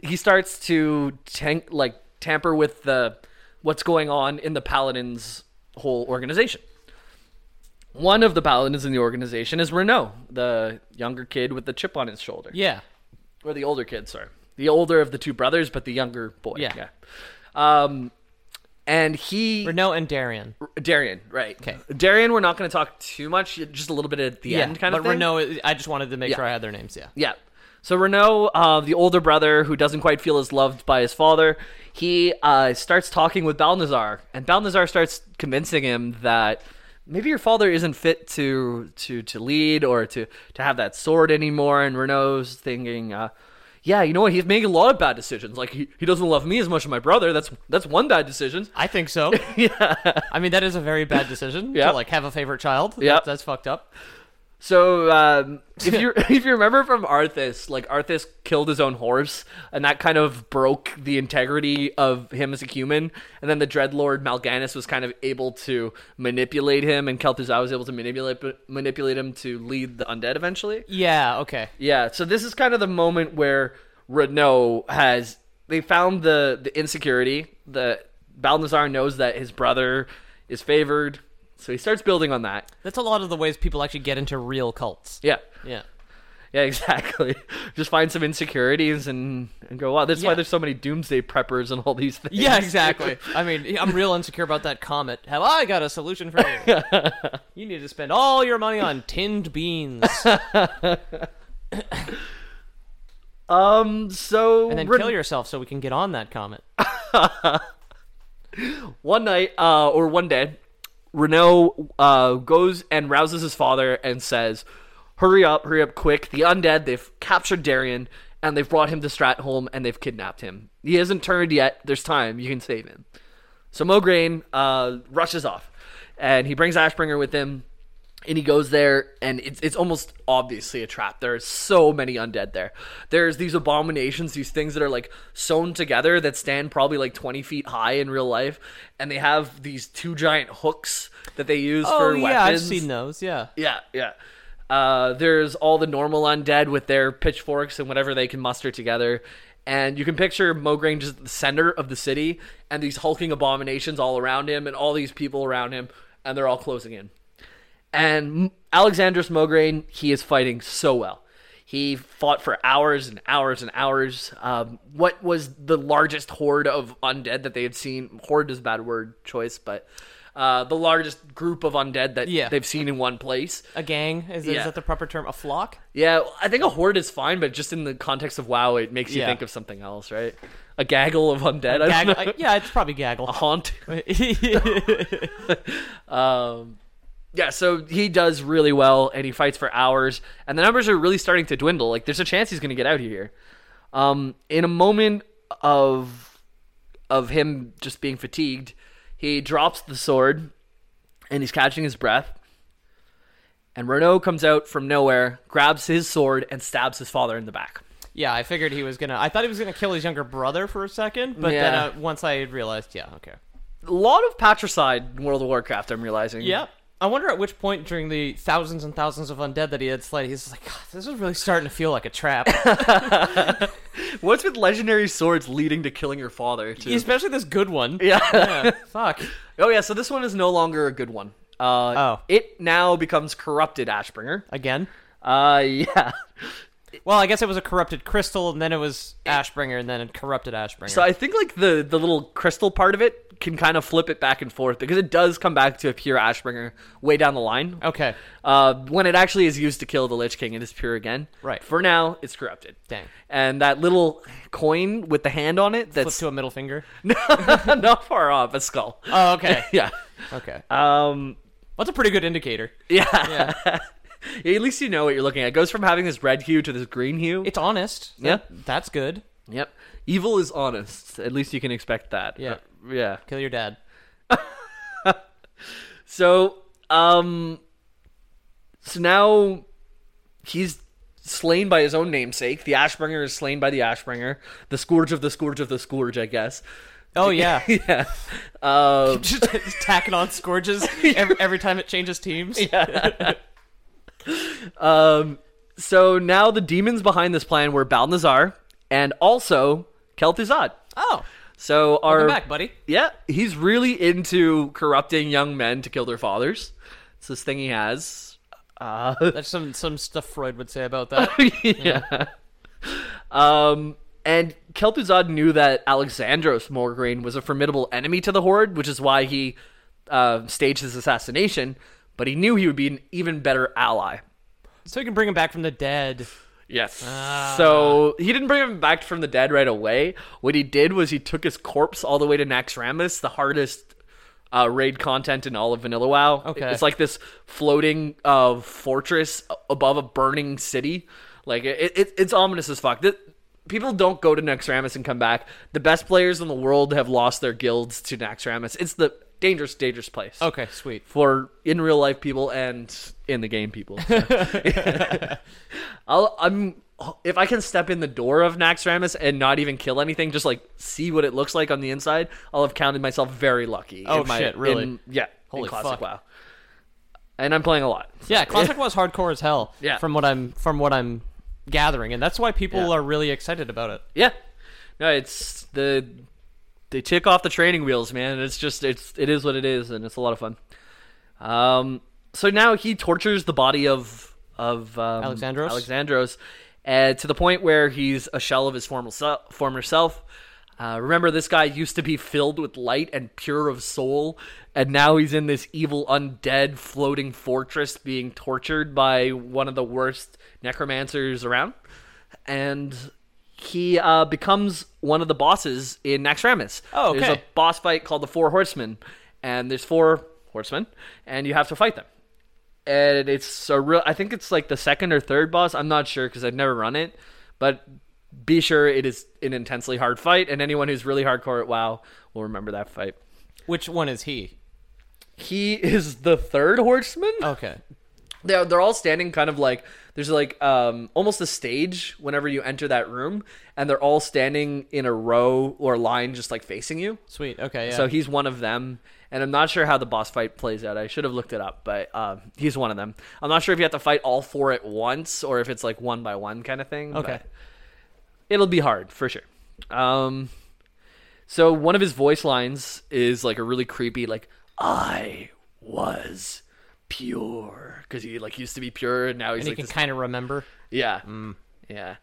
S1: he starts to tank like tamper with the what's going on in the paladin's whole organization. One of the paladins in the organization is Renault, the younger kid with the chip on his shoulder
S2: Yeah,
S1: or the older kid, sorry, the older of the two brothers, but the younger boy.
S2: Yeah.
S1: yeah. Um, and he
S2: Renault and Darian.
S1: Darian, right?
S2: Okay.
S1: Darian, we're not going to talk too much, just a little bit at the
S2: yeah,
S1: end, kind
S2: but
S1: of thing.
S2: Renault. I just wanted to make
S1: Yeah.
S2: sure I had their names. Yeah.
S1: yeah. So Renault, uh, the older brother who doesn't quite feel as loved by his father, he uh, starts talking with Balnazar, and Balnazar starts convincing him that maybe your father isn't fit to to to lead or to to have that sword anymore. And Renault's thinking. Uh, yeah, you know what? He's making a lot of bad decisions. Like he, he doesn't love me as much as my brother. That's that's one bad decision.
S2: I think so. yeah. I mean, that is a very bad decision
S1: Yeah.
S2: to like have a favorite child.
S1: Yeah.
S2: That- that's fucked up.
S1: So um, if you if you remember from Arthas, like Arthas killed his own horse, and that kind of broke the integrity of him as a human. And then the Dreadlord Mal'Ganis was kind of able to manipulate him, and Kel'Thuzad was able to manipulate manipulate him to lead the undead eventually.
S2: Yeah. Okay.
S1: Yeah, so this is kind of the moment where Renault has they found the the insecurity. The Balnazar knows that his brother is favored, so he starts building on that.
S2: That's a lot of the ways people actually get into real cults.
S1: Yeah.
S2: Yeah.
S1: Yeah, exactly. Just find some insecurities and, and go, wow, that's why
S2: Yeah.
S1: there's so many doomsday preppers and all these things.
S2: Yeah, exactly. I mean, I'm real insecure about that comet. Have I got a solution for you? you need to spend all your money on tinned beans, and
S1: Um, so
S2: then
S1: Ren-
S2: kill yourself so we can get on that comet.
S1: one night, uh, or one day, Renault uh, goes and rouses his father and says, hurry up, hurry up quick. The undead, they've captured Darien and they've brought him to Stratholm and they've kidnapped him. He hasn't turned yet. There's time. You can save him. So Mograine uh, rushes off, and he brings Ashbringer with him, and he goes there, and it's it's almost obviously a trap. There are so many undead there. There's these abominations, these things that are like sewn together that stand probably like twenty feet high in real life, and they have these two giant hooks that they use
S2: Oh
S1: for
S2: yeah, I've
S1: weapons.
S2: seen those. Yeah,
S1: Yeah, yeah. Uh, there's all the normal undead with their pitchforks and whatever they can muster together. And you can picture Mograine just at the center of the city and these hulking abominations all around him and all these people around him, and they're all closing in. And M- Alexandros Mograine, he is fighting so well. He fought for hours and hours and hours. Um, what was the largest horde of undead that they had seen? Horde is a bad word choice, but uh, the largest group of undead that
S2: Yeah.
S1: they've seen in one place.
S2: A gang is,
S1: Yeah.
S2: is that the proper term? A flock?
S1: Yeah, I think a horde is fine, but just in the context of WoW, it makes you
S2: Yeah.
S1: think of something else, right? A gaggle of undead. I
S2: Gag-
S1: don't know.
S2: I- yeah, it's probably gaggle.
S1: A haunt. Um, yeah, so he does really well, and he fights for hours, and the numbers are really starting to dwindle. Like, there's a chance he's going to get out of here. Um, in a moment of of him just being fatigued, he drops the sword, and he's catching his breath. And Renault comes out from nowhere, grabs his sword, and stabs his father in the back.
S2: yeah, I figured he was gonna. I thought he was gonna kill his younger brother for a second, but then
S1: Yeah.
S2: uh, once I realized, yeah, okay,
S1: A lot of patricide in World of Warcraft, I'm realizing.
S2: yeah. I wonder at which point during the thousands and thousands of undead that he had slayed, he's like, God, this is really starting to feel like a trap.
S1: What's with legendary swords leading to killing your father? Too?
S2: Especially this good one.
S1: yeah.
S2: Yeah, fuck.
S1: Oh yeah, so this one is no longer a good one. Uh,
S2: Oh.
S1: It now becomes corrupted Ashbringer.
S2: Again.
S1: Uh, yeah.
S2: Well, I guess it was a corrupted crystal, and then it was Ashbringer, and then it corrupted Ashbringer.
S1: So I think like the the little crystal part of it can kind of flip it back and forth because it does come back to a pure Ashbringer way down the line.
S2: okay,
S1: Uh, when it actually is used to kill the Lich King, it is pure again.
S2: Right.
S1: For now, it's corrupted.
S2: Dang.
S1: And that little coin with the hand on it
S2: flip
S1: that's
S2: to a middle finger.
S1: not far off a skull.
S2: Oh, okay,
S1: yeah.
S2: okay.
S1: Um,
S2: That's a pretty good indicator.
S1: Yeah. At least you know what you're looking at. It goes from having this red hue to this green hue.
S2: It's honest.
S1: Yeah.
S2: That- that's good.
S1: yep. Evil is honest. At least you can expect that.
S2: Yeah.
S1: Uh, yeah.
S2: Kill your dad.
S1: So, um, so now he's slain by his own namesake. The Ashbringer is slain by the Ashbringer. The Scourge of the Scourge of the Scourge, I guess.
S2: Oh yeah,
S1: yeah. Um,
S2: just tacking on scourges every, every time it changes teams.
S1: Um, so now the demons behind this plan were Balnazar and also Kel'Thuzad.
S2: Oh,
S1: So our
S2: come back, buddy.
S1: Yeah, he's really into corrupting young men to kill their fathers. It's this thing he has. Uh,
S2: That's some some stuff Freud would say about that.
S1: Oh, yeah. Um, and Kel'Thuzad knew that Alexandros Morgraine was a formidable enemy to the Horde, which is why he uh, staged his assassination. But he knew he would be an even better ally.
S2: so you can bring him back from the dead.
S1: Yes.
S2: Ah.
S1: So he didn't bring him back from the dead right away. What he did was he took his corpse all the way to Naxxramas, the hardest uh, raid content in all of Vanilla WoW.
S2: Okay.
S1: It's like this floating uh, fortress above a burning city. Like it, it, it's ominous as fuck. Th- people don't go to Naxxramas and come back. The best players in the world have lost their guilds to Naxxramas. It's the dangerous, dangerous place
S2: Okay, sweet.
S1: for in real life people and in the game people. So. I'll, I'm if I can step in the door of Naxxramas and not even kill anything, just like see what it looks like on the inside, I'll have counted myself very lucky.
S2: Oh,
S1: in my-
S2: shit, really?
S1: in- yeah, in
S2: Holy
S1: classic
S2: fuck.
S1: WoW. And I'm playing a lot.
S2: Yeah, classic was hardcore as hell.
S1: Yeah.
S2: from what I'm from what I'm gathering, and that's why people
S1: Yeah.
S2: are really excited about it.
S1: Yeah, no, it's the they tick off the training wheels, man. It's just it's it is what it is, and it's a lot of fun. Um, so now he tortures the body of of um,
S2: Alexandros?
S1: Alexandros, uh, to the point where he's a shell of his former self. Former self. Uh, remember, this guy used to be filled with light and pure of soul, and now he's in this evil undead floating fortress, being tortured by one of the worst necromancers around. And he uh, becomes one of the bosses in Naxxramas.
S2: Oh, okay.
S1: There's a boss fight called the Four Horsemen, and there's four horsemen, and you have to fight them. And it's a real. I think it's like the second or third boss. I'm not sure because I've never run it, but be sure it is an intensely hard fight, and anyone who's really hardcore at WoW will remember that fight.
S2: Which one is he?
S1: He is the third horseman.
S2: Okay,
S1: They're, they're all standing kind of like there's like um almost a stage whenever you enter that room, and they're all standing in a row or line just like facing you.
S2: sweet. Okay, yeah.
S1: So he's one of them, and I'm not sure how the boss fight plays out. I should have looked it up, but um, he's one of them. I'm not sure if you have to fight all four at once or if it's like one by one kind of thing.
S2: Okay.
S1: but it'll be hard for sure. Um, so one of his voice lines is like a really creepy, like I was pure because he like used to be pure and now he's
S2: And you
S1: like
S2: can
S1: this-
S2: kind of remember.
S1: yeah
S2: Mm.
S1: yeah.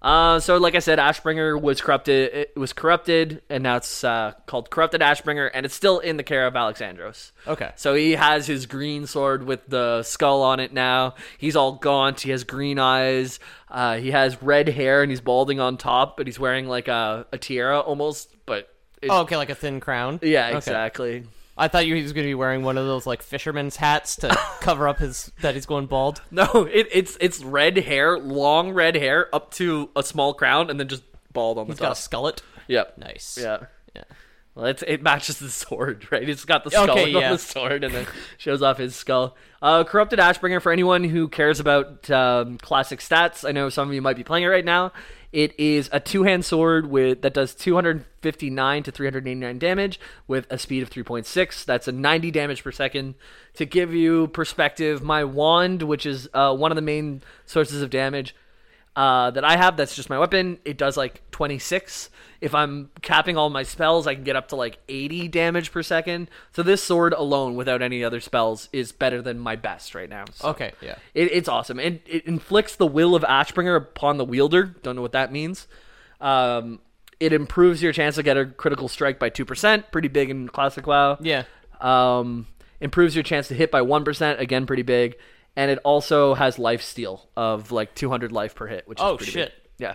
S1: Uh, so like I said, Ashbringer was corrupted. It was corrupted, and now it's uh, called corrupted Ashbringer, and it's still in the care of Alexandros.
S2: Okay.
S1: So he has his green sword with the skull on it now. He's all gaunt. He has green eyes. Uh, he has red hair and he's balding on top, but he's wearing like a, a tiara almost. But it's,
S2: Oh, okay, like a thin crown.
S1: yeah,
S2: Okay.
S1: exactly.
S2: I thought you- he was going to be wearing one of those like fisherman's hats to cover up his that he's going bald.
S1: No, it, it's it's red hair, long red hair up to a small crown, and then just bald on the
S2: He's got
S1: top.
S2: a skullet.
S1: Yep.
S2: Nice.
S1: Yeah.
S2: Yeah.
S1: Well, it's, it matches the sword, right? It's got the skull
S2: Okay,
S1: on
S2: yeah.
S1: the sword, and then shows off his skull. Uh, Corrupted Ashbringer, for anyone who cares about um, classic stats, I know some of you might be playing it right now. It is a two-hand sword with that does 259 to 389 damage with a speed of 3.6. That's a 90 damage per second. To give you perspective, my wand, which is uh, one of the main sources of damage, uh, that I have that's just my weapon. It does like 26. If I'm capping all my spells, I can get up to like 80 damage per second. So this sword alone, without any other spells, is better than my best right now. So
S2: Okay. Yeah.
S1: It, it's awesome. And it inflicts the will of Ashbringer upon the wielder. Don't know what that means. Um, it improves your chance to get a critical strike by 2%. Pretty big in Classic WoW.
S2: Yeah.
S1: Um, improves your chance to hit by 1%, again, pretty big. And it also has life steal of like 200 life per hit, which is
S2: Oh,
S1: pretty
S2: shit.
S1: big. Yeah.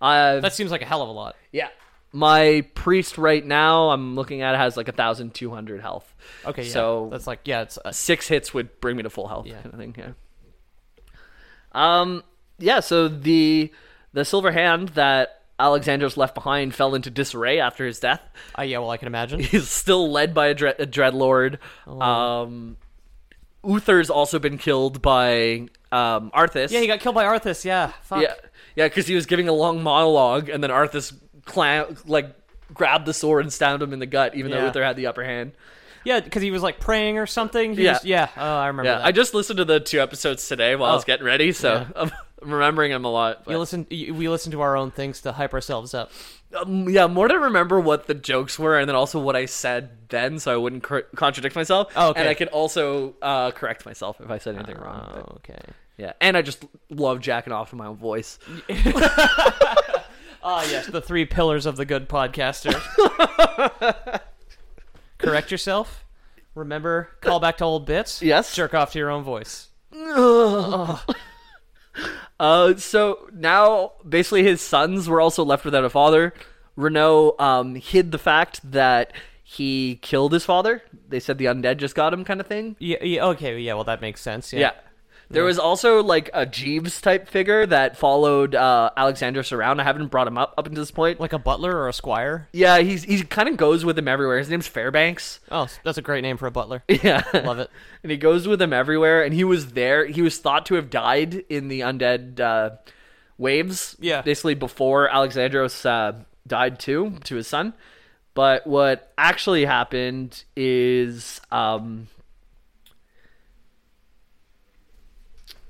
S1: Uh,
S2: That seems like a hell of a lot.
S1: yeah. My priest right now, I'm looking at, has like 1,200 health.
S2: Okay. Yeah.
S1: So
S2: that's like yeah, it's uh, a,
S1: six hits would bring me to full health kind of thing yeah um yeah so the the silver hand that alexandros left behind fell into disarray after his death
S2: uh, yeah. Well, I can imagine.
S1: he's still led by a, dread, a dreadlord
S2: Oh.
S1: um uther's also been killed by um arthas
S2: Yeah, he got killed by Arthas. Yeah. Fuck.
S1: yeah yeah because he was giving a long monologue and then arthas clam- like grabbed the sword and stabbed him in the gut even though
S2: Yeah.
S1: uther had the upper hand
S2: Yeah, because he was like praying or something. He
S1: Yeah.
S2: was- yeah. Oh, I remember
S1: Yeah,
S2: that.
S1: I just listened to the two episodes today while I was
S2: Oh.
S1: getting ready, so I'm remembering them a lot.
S2: you
S1: But,
S2: listen. y- We listen to our own things to hype ourselves up.
S1: um, yeah, more to remember what the jokes were, and then also what I said then, so I wouldn't cor- contradict myself.
S2: Oh, okay.
S1: And I could also uh, correct myself if I said anything wrong. but-
S2: Oh, okay.
S1: yeah, and I just love jacking off in my own voice.
S2: Ah, yes, the three pillars of the good podcaster. Correct yourself. Remember, call back to old bits.
S1: Yes.
S2: Jerk off to your own voice.
S1: Uh, so now basically his sons were also left without a father. Renault um, hid the fact that he killed his father. They said the undead just got him, kind of thing.
S2: Yeah, yeah. Okay. Yeah. Well, that makes sense. Yeah.
S1: Yeah. There was also like a Jeeves type figure that followed uh, Alexandros around. I haven't brought him up up until this point.
S2: Like a butler or a squire.
S1: Yeah, he's he kind of goes with him everywhere. His name's Fairbanks.
S2: Oh, that's a great name for a butler.
S1: Yeah,
S2: Love it.
S1: and he goes with him everywhere. And he was there. He was thought to have died in the undead uh, waves.
S2: Yeah.
S1: basically before Alexandros uh, died too to his son. But what actually happened is um,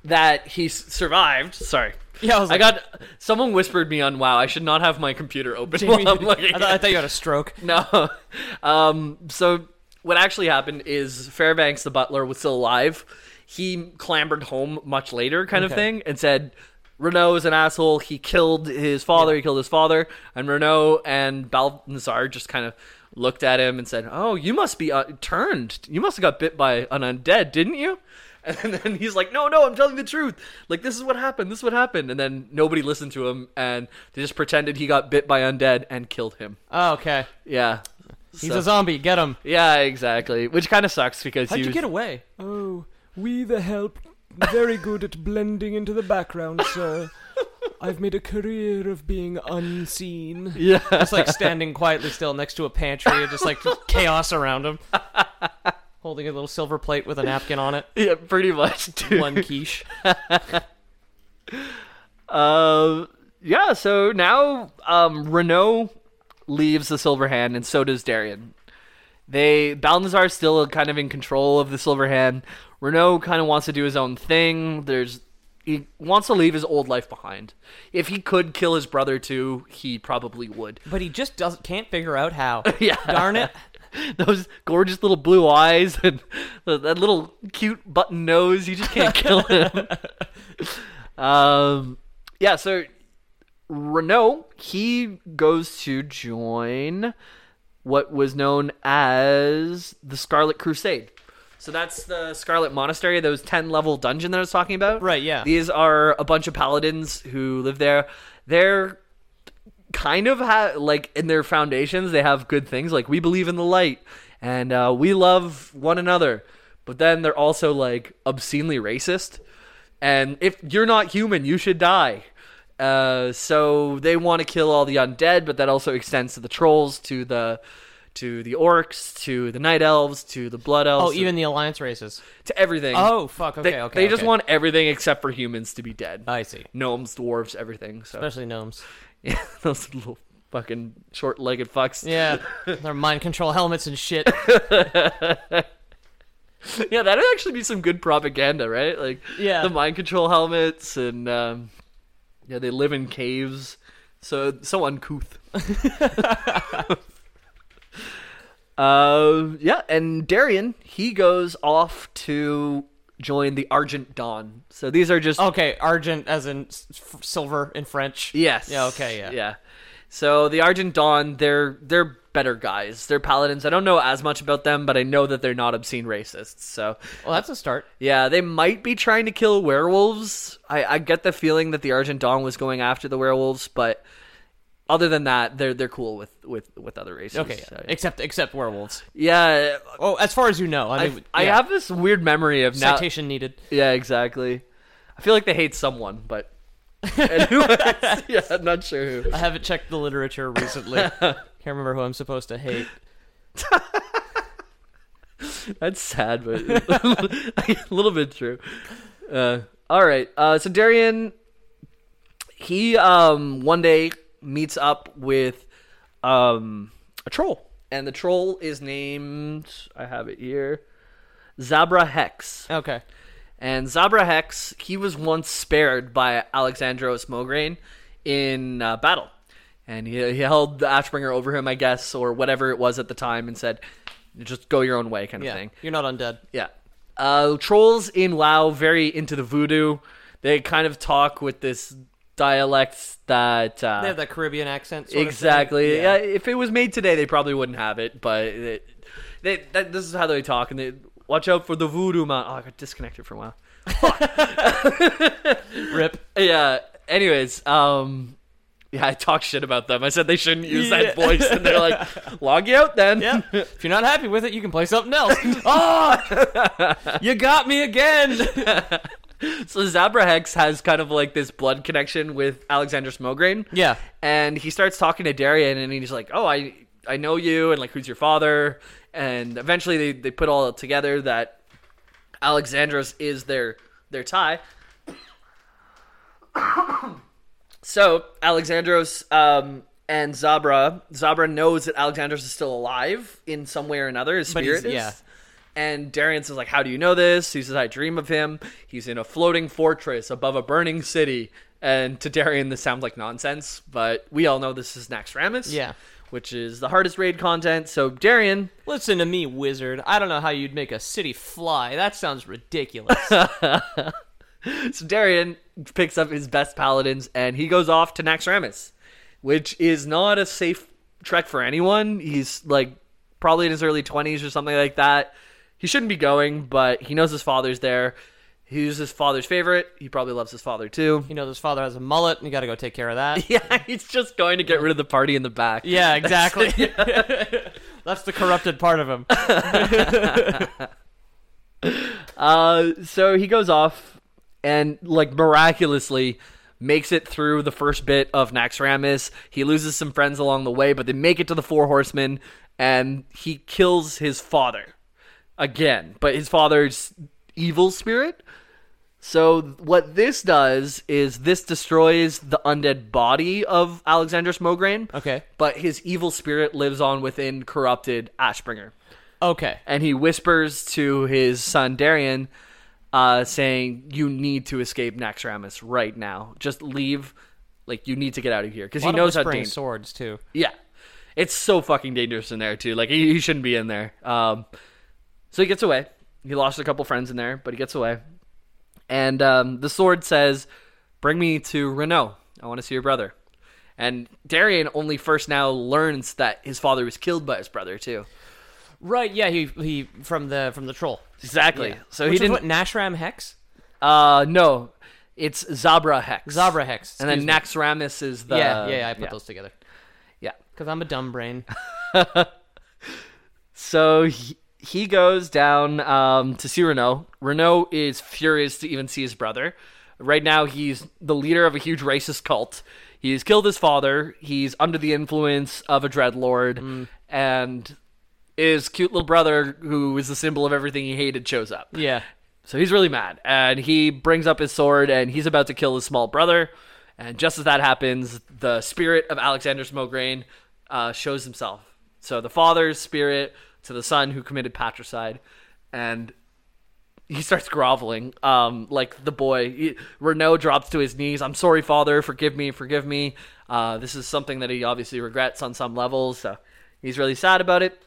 S1: that he s- survived. Sorry.
S2: Yeah, I was
S1: I
S2: like-
S1: got someone whispered me on WoW. I should not have my computer open
S2: Jamie-
S1: while I'm
S2: I,
S1: looking.
S2: thought,
S1: at
S2: I thought you had a stroke.
S1: no. Um, so what actually happened is Fairbanks the butler was still alive. He clambered home much later, kind of
S2: Okay.
S1: thing, and said, "Renault is an asshole. He killed his father. He killed his father." And Renault and Balthazar just kind of looked at him and said, "Oh, you must be uh, turned. You must have got bit by an undead, didn't you?" And then he's like, "No, no, I'm telling the truth. Like this is what happened. This is what happened." And then nobody listened to him, and they just pretended he got bit by undead and killed him.
S2: Oh, okay.
S1: Yeah.
S2: He's
S1: So-
S2: a zombie. Get him.
S1: yeah, exactly. Which kind of sucks because
S3: How'd
S1: he
S3: you
S1: was,
S3: get away? Oh, we the help, very good at blending into the background, sir. I've made a career of being unseen.
S1: yeah,
S2: It's like standing quietly still next to a pantry and just like chaos around him. Holding a little silver plate with a napkin on it.
S1: yeah, pretty much, dude.
S2: One quiche.
S1: Uh, yeah. So now, um, Renault leaves the Silver Hand, and so does Darien. They Balnazar still kind of in control of the Silver Hand. Renault kind of wants to do his own thing. There's he wants to leave his old life behind. If he could kill his brother too, he probably would.
S2: But he just doesn't can't figure out how.
S1: Yeah.
S2: Darn it.
S1: Those gorgeous little blue eyes and that little cute button nose. You just can't kill him. um, yeah. So Renault he goes to join what was known as the Scarlet Crusade. So that's the Scarlet Monastery, those ten level dungeon that I was talking about.
S2: Right, yeah.
S1: These are a bunch of paladins who live there. They're kind of have like in their foundations they have good things like we believe in the light and uh, we love one another but then they're also like obscenely racist and if you're not human you should die uh, so they want to kill all the undead but that also extends to the trolls to the to the orcs to the night elves to the blood elves
S2: Oh, even the alliance races.
S1: to everything
S2: Oh, fuck. Okay,
S1: they,
S2: okay.
S1: they just
S2: okay.
S1: want everything except for humans to be dead
S2: I see.
S1: gnomes dwarves everything so
S2: Especially gnomes.
S1: yeah, those little fucking short-legged fucks
S2: Yeah, their mind control helmets and shit.
S1: Yeah, that'd actually be some good propaganda, right? Like,
S2: Yeah.
S1: the mind control helmets, and um, yeah, they live in caves, so so uncouth. uh, yeah, and Darian he goes off to join the Argent Dawn. So these are just
S2: Okay, argent as in s- f- silver in French.
S1: Yes.
S2: Yeah. Okay. Yeah.
S1: Yeah. So the Argent Dawn, they're they're better guys. They're paladins. I don't know as much about them, but I know that they're not obscene racists. So
S2: Well, that's a start.
S1: Yeah, they might be trying to kill werewolves. I, I get the feeling that the Argent Dawn was going after the werewolves, but other than that, they're they're cool with with with other races.
S2: Okay.
S1: So-
S2: Except except werewolves.
S1: yeah,
S2: Oh, as far as you know,
S1: I,
S2: I mean,
S1: I
S2: yeah.
S1: have this weird memory of now.
S2: citation needed.
S1: Yeah, exactly. I feel like they hate someone, but and who else? yeah, I'm not sure who.
S2: I haven't checked the literature recently. Can't remember who I'm supposed to hate.
S1: That's sad, but a little bit true. Uh, all right. Uh, so Darian, he um, one day meets up with um, a troll, and the troll is named I have it here, Zabra Hex.
S2: Okay.
S1: And Zabra Hex, he was once spared by Alexandros Mograine in uh, battle. And he, he held the Ashbringer over him, I guess, or whatever it was at the time, and said, just go your own way, kind of
S2: Yeah.
S1: thing.
S2: You're not undead.
S1: Yeah. Uh, trolls in WoW very into the voodoo. They kind of talk with this dialect that uh,
S2: They have that Caribbean accent. sort of thing.
S1: exactly. Yeah. If it was made today, they probably wouldn't have it. But it, they, that, this is how they talk, and they watch out for the voodoo man. Oh, I got disconnected for a while.
S2: Rip.
S1: Yeah. Anyways, um, yeah, I talk shit about them. I said they shouldn't use
S2: Yeah.
S1: that voice, and they're like, "Log you out then."
S2: Yeah. if you're not happy with it, you can play something else. oh, you got me again.
S1: So Zabrahex has kind of like this blood connection with Alexander Smograin.
S2: Yeah.
S1: And he starts talking to Darian and he's like, Oh, I I know you and like who's your father? And eventually they, they put all together that Alexandros is their their tie. So Alexandros um, and Zabra, Zabra knows that Alexandros is still alive in some way or another. His
S2: But he's-
S1: spirit is.
S2: yeah.
S1: And Darius is like, "How do you know this?" He says, "I dream of him. He's in a floating fortress above a burning city." And to Darian, this sounds like nonsense, but we all know this is Naxxramas,
S2: Yeah.
S1: which is the hardest raid content. So Darian,
S2: Listen to me, wizard. I don't know how you'd make a city fly. That sounds ridiculous.
S1: So Darian picks up his best paladins and he goes off to Naxxramas, which is not a safe trek for anyone. He's like probably in his early 20s or something like that. He shouldn't be going, but he knows his father's there. He's his father's favorite. He probably loves his father too.
S2: you know, this father has a mullet, and you got to go take care of that.
S1: Yeah, he's just going to get rid of the party in the back.
S2: Yeah, exactly. That's the corrupted part of him.
S1: Uh, so he goes off and like miraculously makes it through the first bit of Naxxramas. He loses some friends along the way, but they make it to the Four Horsemen, and he kills his father again. But his father's evil spirit. So what this does is this destroys the undead body of Alexander Smograin.
S2: Okay.
S1: But his evil spirit lives on within corrupted Ashbringer
S2: Okay.
S1: and he whispers to his son Darian, uh, saying, "You need to escape Naxxramas right now. Just leave. Like you need to get out of here because he
S2: A lot of
S1: knows how
S2: whispering
S1: dangerous.
S2: swords too.
S1: yeah, it's so fucking dangerous in there too. Like he, he shouldn't be in there. Um, so he gets away, He lost a couple friends in there, but he gets away. And um, the sword says, Bring me to Renault. I want to see your brother. And Darian only first now learns that his father was killed by his brother, too.
S2: Right? Yeah, he he from the from the troll.
S1: Exactly. So
S2: Which
S1: he
S2: was
S1: didn't.
S2: what Nashram Hex,
S1: Uh, no, it's Zabra Hex.
S2: Zabra Hex,
S1: And then
S2: excuse me.
S1: Naxxramas is the.
S2: yeah, yeah, I put
S1: yeah.
S2: those together
S1: Yeah.
S2: because I'm a dumb brain.
S1: So he, he goes down um, to see Renault. Renault is furious to even see his brother. Right now, he's the leader of a huge racist cult. He's killed his father. He's under the influence of a dreadlord,
S2: Mm.
S1: and his cute little brother, who is the symbol of everything he hated, shows up.
S2: yeah,
S1: So he's really mad, and he brings up his sword, and he's about to kill his small brother. And just as that happens, the spirit of Alexander Smograin uh, shows himself. So the father's spirit to the son who committed patricide, and he starts groveling, um, like the boy. He, Renault drops to his knees. I'm sorry, father. Forgive me. Forgive me. Uh, this is something that he obviously regrets on some levels. So he's really sad about it.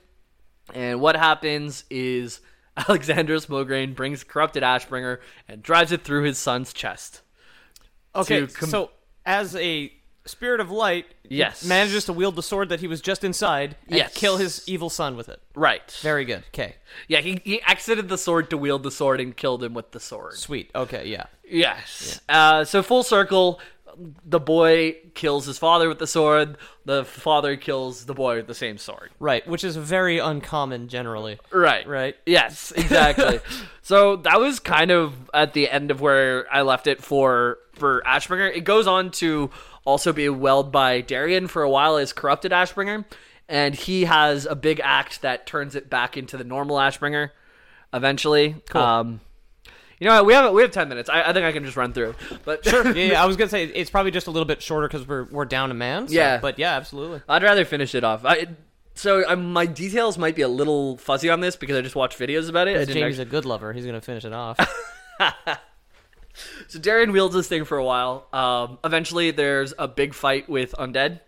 S1: And what happens is Alexander Smograin brings corrupted Ashbringer and drives it through his son's chest.
S2: Okay,
S1: to com-
S2: so as a spirit of light, he
S1: Yes.
S2: manages to wield the sword that he was just inside and
S1: Yes.
S2: kill his evil son with it.
S1: Right.
S2: Very good. Okay,
S1: Yeah, he, he exited the sword to wield the sword and killed him with the sword.
S2: sweet. Okay, yeah.
S1: Yes. Uh, so full circle, the boy kills his father with the sword. The father kills the boy with the same sword.
S2: Right, which is very uncommon generally.
S1: Right.
S2: Right.
S1: Yes, exactly. so that was kind of at the end of where I left it for for Ashbringer. It goes on to also be welled by Darian for a while as corrupted Ashbringer, and he has a big act that turns it back into the normal Ashbringer eventually. Cool. Um, you know what? We have we have ten minutes. I, I think I can just run through. But
S2: Sure. Yeah, yeah, I was gonna say it's probably just a little bit shorter because we're we're down a man. so-
S1: Yeah.
S2: but yeah, absolutely.
S1: I'd rather finish it off. I, so um, my details might be a little fuzzy on this because I just watched videos about it. I didn't
S2: Jamie's a good lover. He's gonna finish it off.
S1: So Darren wields this thing for a while. Um, eventually, there's a big fight with undead,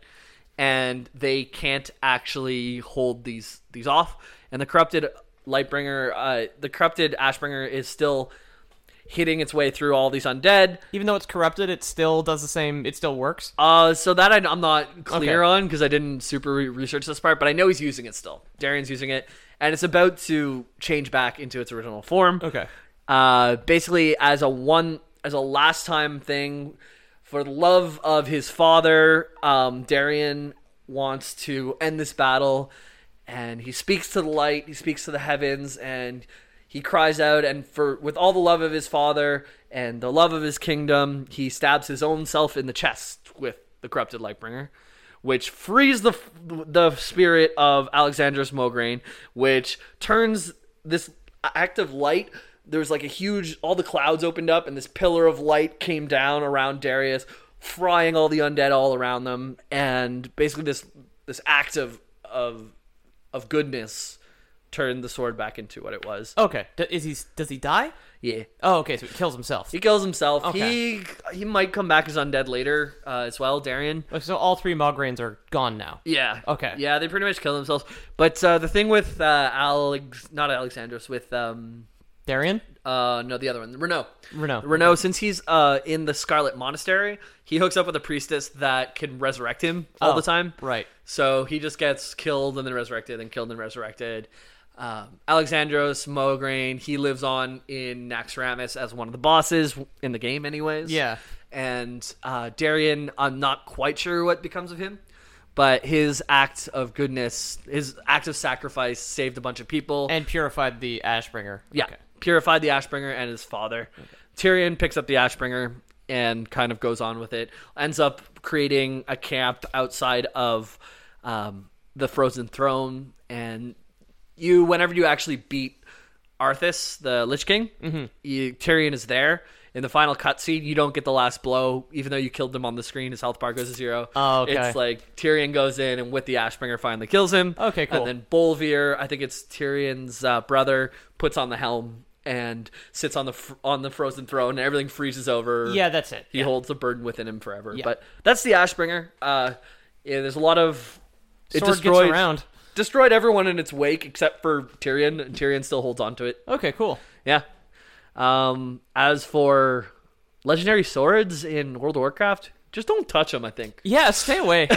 S1: and they can't actually hold these these off. And the corrupted Lightbringer, uh, the corrupted Ashbringer, is still hitting its way through all these undead.
S2: Even though it's corrupted, it still does the same. It still works.
S1: Uh, so that I, I'm not clear
S2: Okay.
S1: on because I didn't super re- research this part, but I know he's using it still. Darian's using it, and it's about to change back into its original form.
S2: Okay.
S1: Uh, basically, as a one, as a last time thing, for the love of his father, um, Darian wants to end this battle, and he speaks to the light, he speaks to the heavens, and he cries out, and for with all the love of his father and the love of his kingdom, he stabs his own self in the chest with the corrupted Lightbringer which frees the the spirit of Alexander's Mograine, which turns this act of light. There's like a huge, all the clouds opened up, and this pillar of light came down around Darius, frying all the undead all around them, and basically this this act of of of goodness turned the sword back into what it was.
S2: Okay. D- is he? Does he die?
S1: Yeah.
S2: Oh, okay. So he kills himself.
S1: He kills himself.
S2: Okay.
S1: He he might come back as undead later uh, as well, Darian.
S2: So all three Mograines are gone now.
S1: Yeah.
S2: Okay.
S1: Yeah, they pretty much kill themselves. But uh, the thing with uh, Alex, not Alexandros, with um,
S2: Darian.
S1: uh, no, the other one, Renault.
S2: Renault.
S1: Renault. Since he's uh in the Scarlet Monastery, he hooks up with a priestess that can resurrect him all
S2: Oh,
S1: the time.
S2: right.
S1: So he just gets killed and then resurrected, and killed and resurrected. Um, Alexandros Mograine, he lives on in Naxxramas as one of the bosses in the game, anyways
S2: Yeah.
S1: and uh, Darian, I'm not quite sure what becomes of him, but his act of goodness, his act of sacrifice, saved a bunch of people.
S2: And purified the Ashbringer.
S1: yeah,
S2: Okay.
S1: purified the Ashbringer and his father. Tyrion picks up the Ashbringer and kind of goes on with it. Ends up creating a camp outside of um, the Frozen Throne, and you, whenever you actually beat Arthas, the Lich King,
S2: Mm-hmm.
S1: you, Tyrion is there. In the final cutscene, you don't get the last blow, even though you killed him on the screen. His health bar goes to zero.
S2: Oh, okay.
S1: It's like Tyrion goes in, and with the Ashbringer, finally kills him.
S2: Okay, cool.
S1: And then Bolvir, I think it's Tyrion's uh, brother, puts on the helm and sits on the fr- on the frozen throne, and everything freezes over.
S2: Yeah, that's it.
S1: He
S2: Yeah.
S1: holds the burden within him forever.
S2: Yeah.
S1: But that's the Ashbringer. Uh, yeah, there's a lot of it
S2: Sword gets
S1: destroyed-
S2: around.
S1: destroyed everyone in its wake except for Tyrion, and Tyrion still holds on to it.
S2: Okay, cool.
S1: Yeah. Um, as for legendary swords in World of Warcraft, just don't touch them, I think.
S2: Yeah, stay away.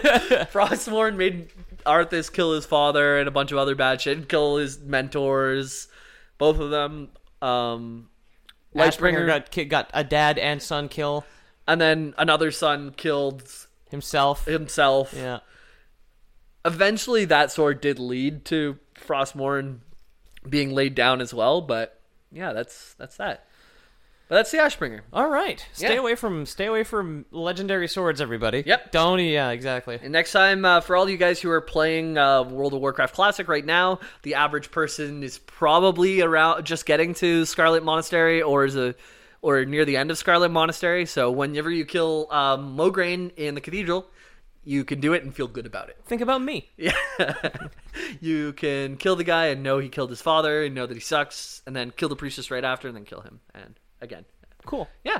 S1: Frostmourne made Arthas kill his father and a bunch of other bad shit, kill his mentors, both of them. Um,
S2: Lightbringer
S1: Lightbringer,
S2: got ki- got a dad and son kill
S1: and then another son killed
S2: himself.
S1: himself.
S2: Yeah.
S1: Eventually, that sword did lead to Frostmourne being laid down as well, but yeah, that's that's that. But that's the Ashbringer.
S2: All right. Stay
S1: Yeah.
S2: away from stay away from legendary swords, everybody.
S1: Yep.
S2: Don't. e, Yeah, exactly.
S1: And next time, uh, for all you guys who are playing uh, World of Warcraft Classic right now, the average person is probably around just getting to Scarlet Monastery or is a or near the end of Scarlet Monastery. So whenever you kill um, Mograine in the cathedral, you can do it and feel good about it.
S2: Think about me.
S1: You can kill the guy and know he killed his father and know that he sucks, and then kill the priestess right after, and then kill him and again.
S2: Cool.
S1: Yeah.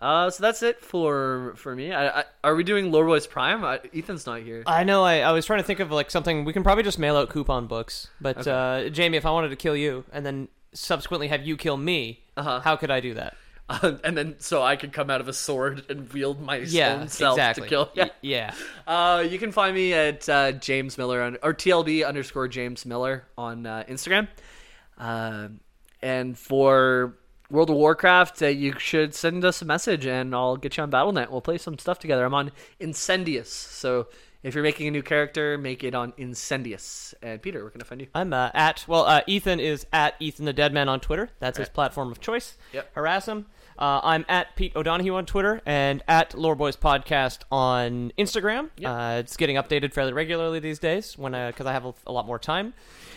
S1: Uh, so that's it for for me. I, I, are we doing Lord Boys Prime? I, Ethan's not here.
S2: I know. I, I was trying to think of like something we can probably just mail out coupon books. But uh, Jamie, if I wanted to kill you and then subsequently have you kill me,
S1: Uh-huh.
S2: uh how could I do that?
S1: Um, and then so I could come out of a sword and wield my
S2: Yeah,
S1: own self
S2: exactly.
S1: to kill.
S2: Y- yeah.
S1: Uh, you can find me at uh, James Miller on, or TLB underscore James Miller on uh, Instagram. Um and for World of Warcraft, uh, you should send us a message and I'll get you on BattleNet. We'll play some stuff together. I'm on Incendius, so if you're making a new character, make it on Incendius. And Peter, we're gonna find you.
S2: I'm uh, at well, uh, Ethan is at Ethan the Dead Man on Twitter. That's his platform of choice.
S1: Yep.
S2: Harass him. Uh, I'm at Pete O'Donohue on Twitter and at Lore Boys Podcast on Instagram. Uh, it's getting updated fairly regularly these days when because I have a, a lot more time.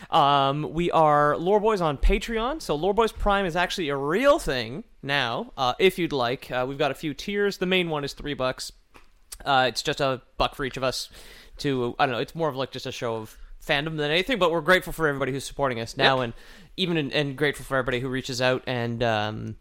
S2: Um, we are Lore Boys on Patreon, so Lore Boys Prime is actually a real thing now. Uh, if you'd like, uh, we've got a few tiers. The main one is three bucks. Uh, it's just a buck for each of us to, I don't know, it's more of like just a show of fandom than anything, but we're grateful for everybody who's supporting us now and even in, and grateful for everybody who reaches out and um,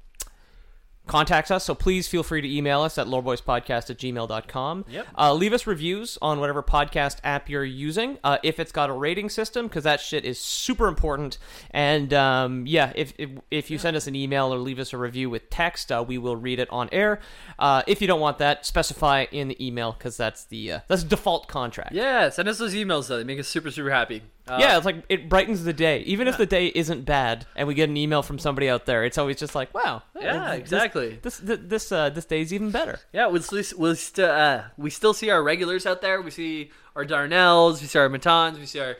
S2: contacts us. So please feel free to email us at loreboyspodcast at gmail.com. Yep. Uh, leave us reviews on whatever podcast app you're using uh, if it's got a rating system, because that shit is super important. And um, yeah, if, if, if you send us an email or leave us a review with text, uh, we will read it on air. Uh, if you don't want that, specify in the email, because that's the uh, that's default contract.
S1: Yeah, send us those emails though. They make us super super happy. Uh,
S2: Yeah, it's like it brightens the day. Even if the day isn't bad, and we get an email from somebody out there, it's always just like, wow,
S1: Yeah,
S2: this-
S1: exactly.
S2: This this this, uh, this day's even better.
S1: Yeah, we still, we'll still, uh, we still see our regulars out there. We see our Darnells, we see our Matons, we see our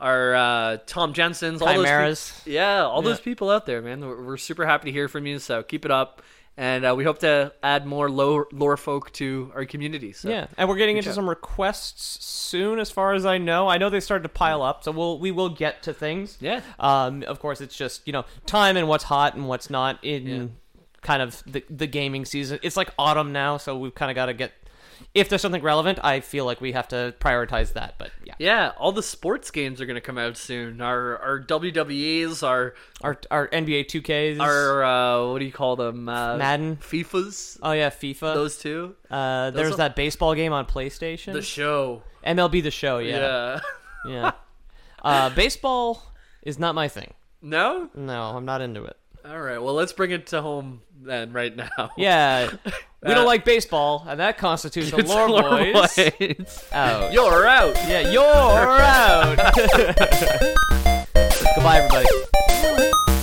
S1: our uh, Tom Jensens, all Those
S2: Chimeras.
S1: peop- yeah, all those people out there, man. We're, we're super happy to hear from you. So keep it up, and uh, we hope to add more lore, lore folk to our community. So.
S2: Yeah, and we're getting into some requests soon, as far as I know. I know they started to pile up, so we'll we will get to things.
S1: Yeah.
S2: Um. Of course, it's just you know time and what's hot and what's not in kind of the the gaming season. It's like autumn now, so we've kind of got to get. If there's something relevant, I feel like we have to prioritize that. But yeah,
S1: yeah, all the sports games are going to come out soon. Our our WWEs, our
S2: our our NBA 2Ks,
S1: our uh, what do you call them? Uh,
S2: Madden.
S1: Fifas,
S2: oh yeah, FIFA.
S1: those two.
S2: uh, there's
S1: are-
S2: that baseball game on PlayStation.
S1: The show,
S2: MLB the Show. Yeah.
S1: yeah.
S2: Yeah. uh, baseball is not my thing.
S1: no,
S2: No, I'm not into it.
S1: All right. Well, let's bring it to home then, right now.
S2: Yeah. We
S1: Uh,
S2: don't like baseball, and that constitutes a
S1: It's
S2: lore,
S1: Lore
S2: boys.
S1: Boys.
S2: Out.
S1: You're out.
S2: Yeah, you're out. Goodbye, everybody.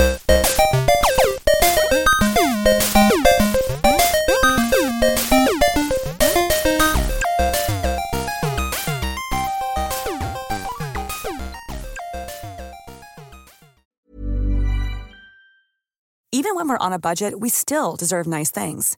S4: Even when we're on a budget, we still deserve nice things.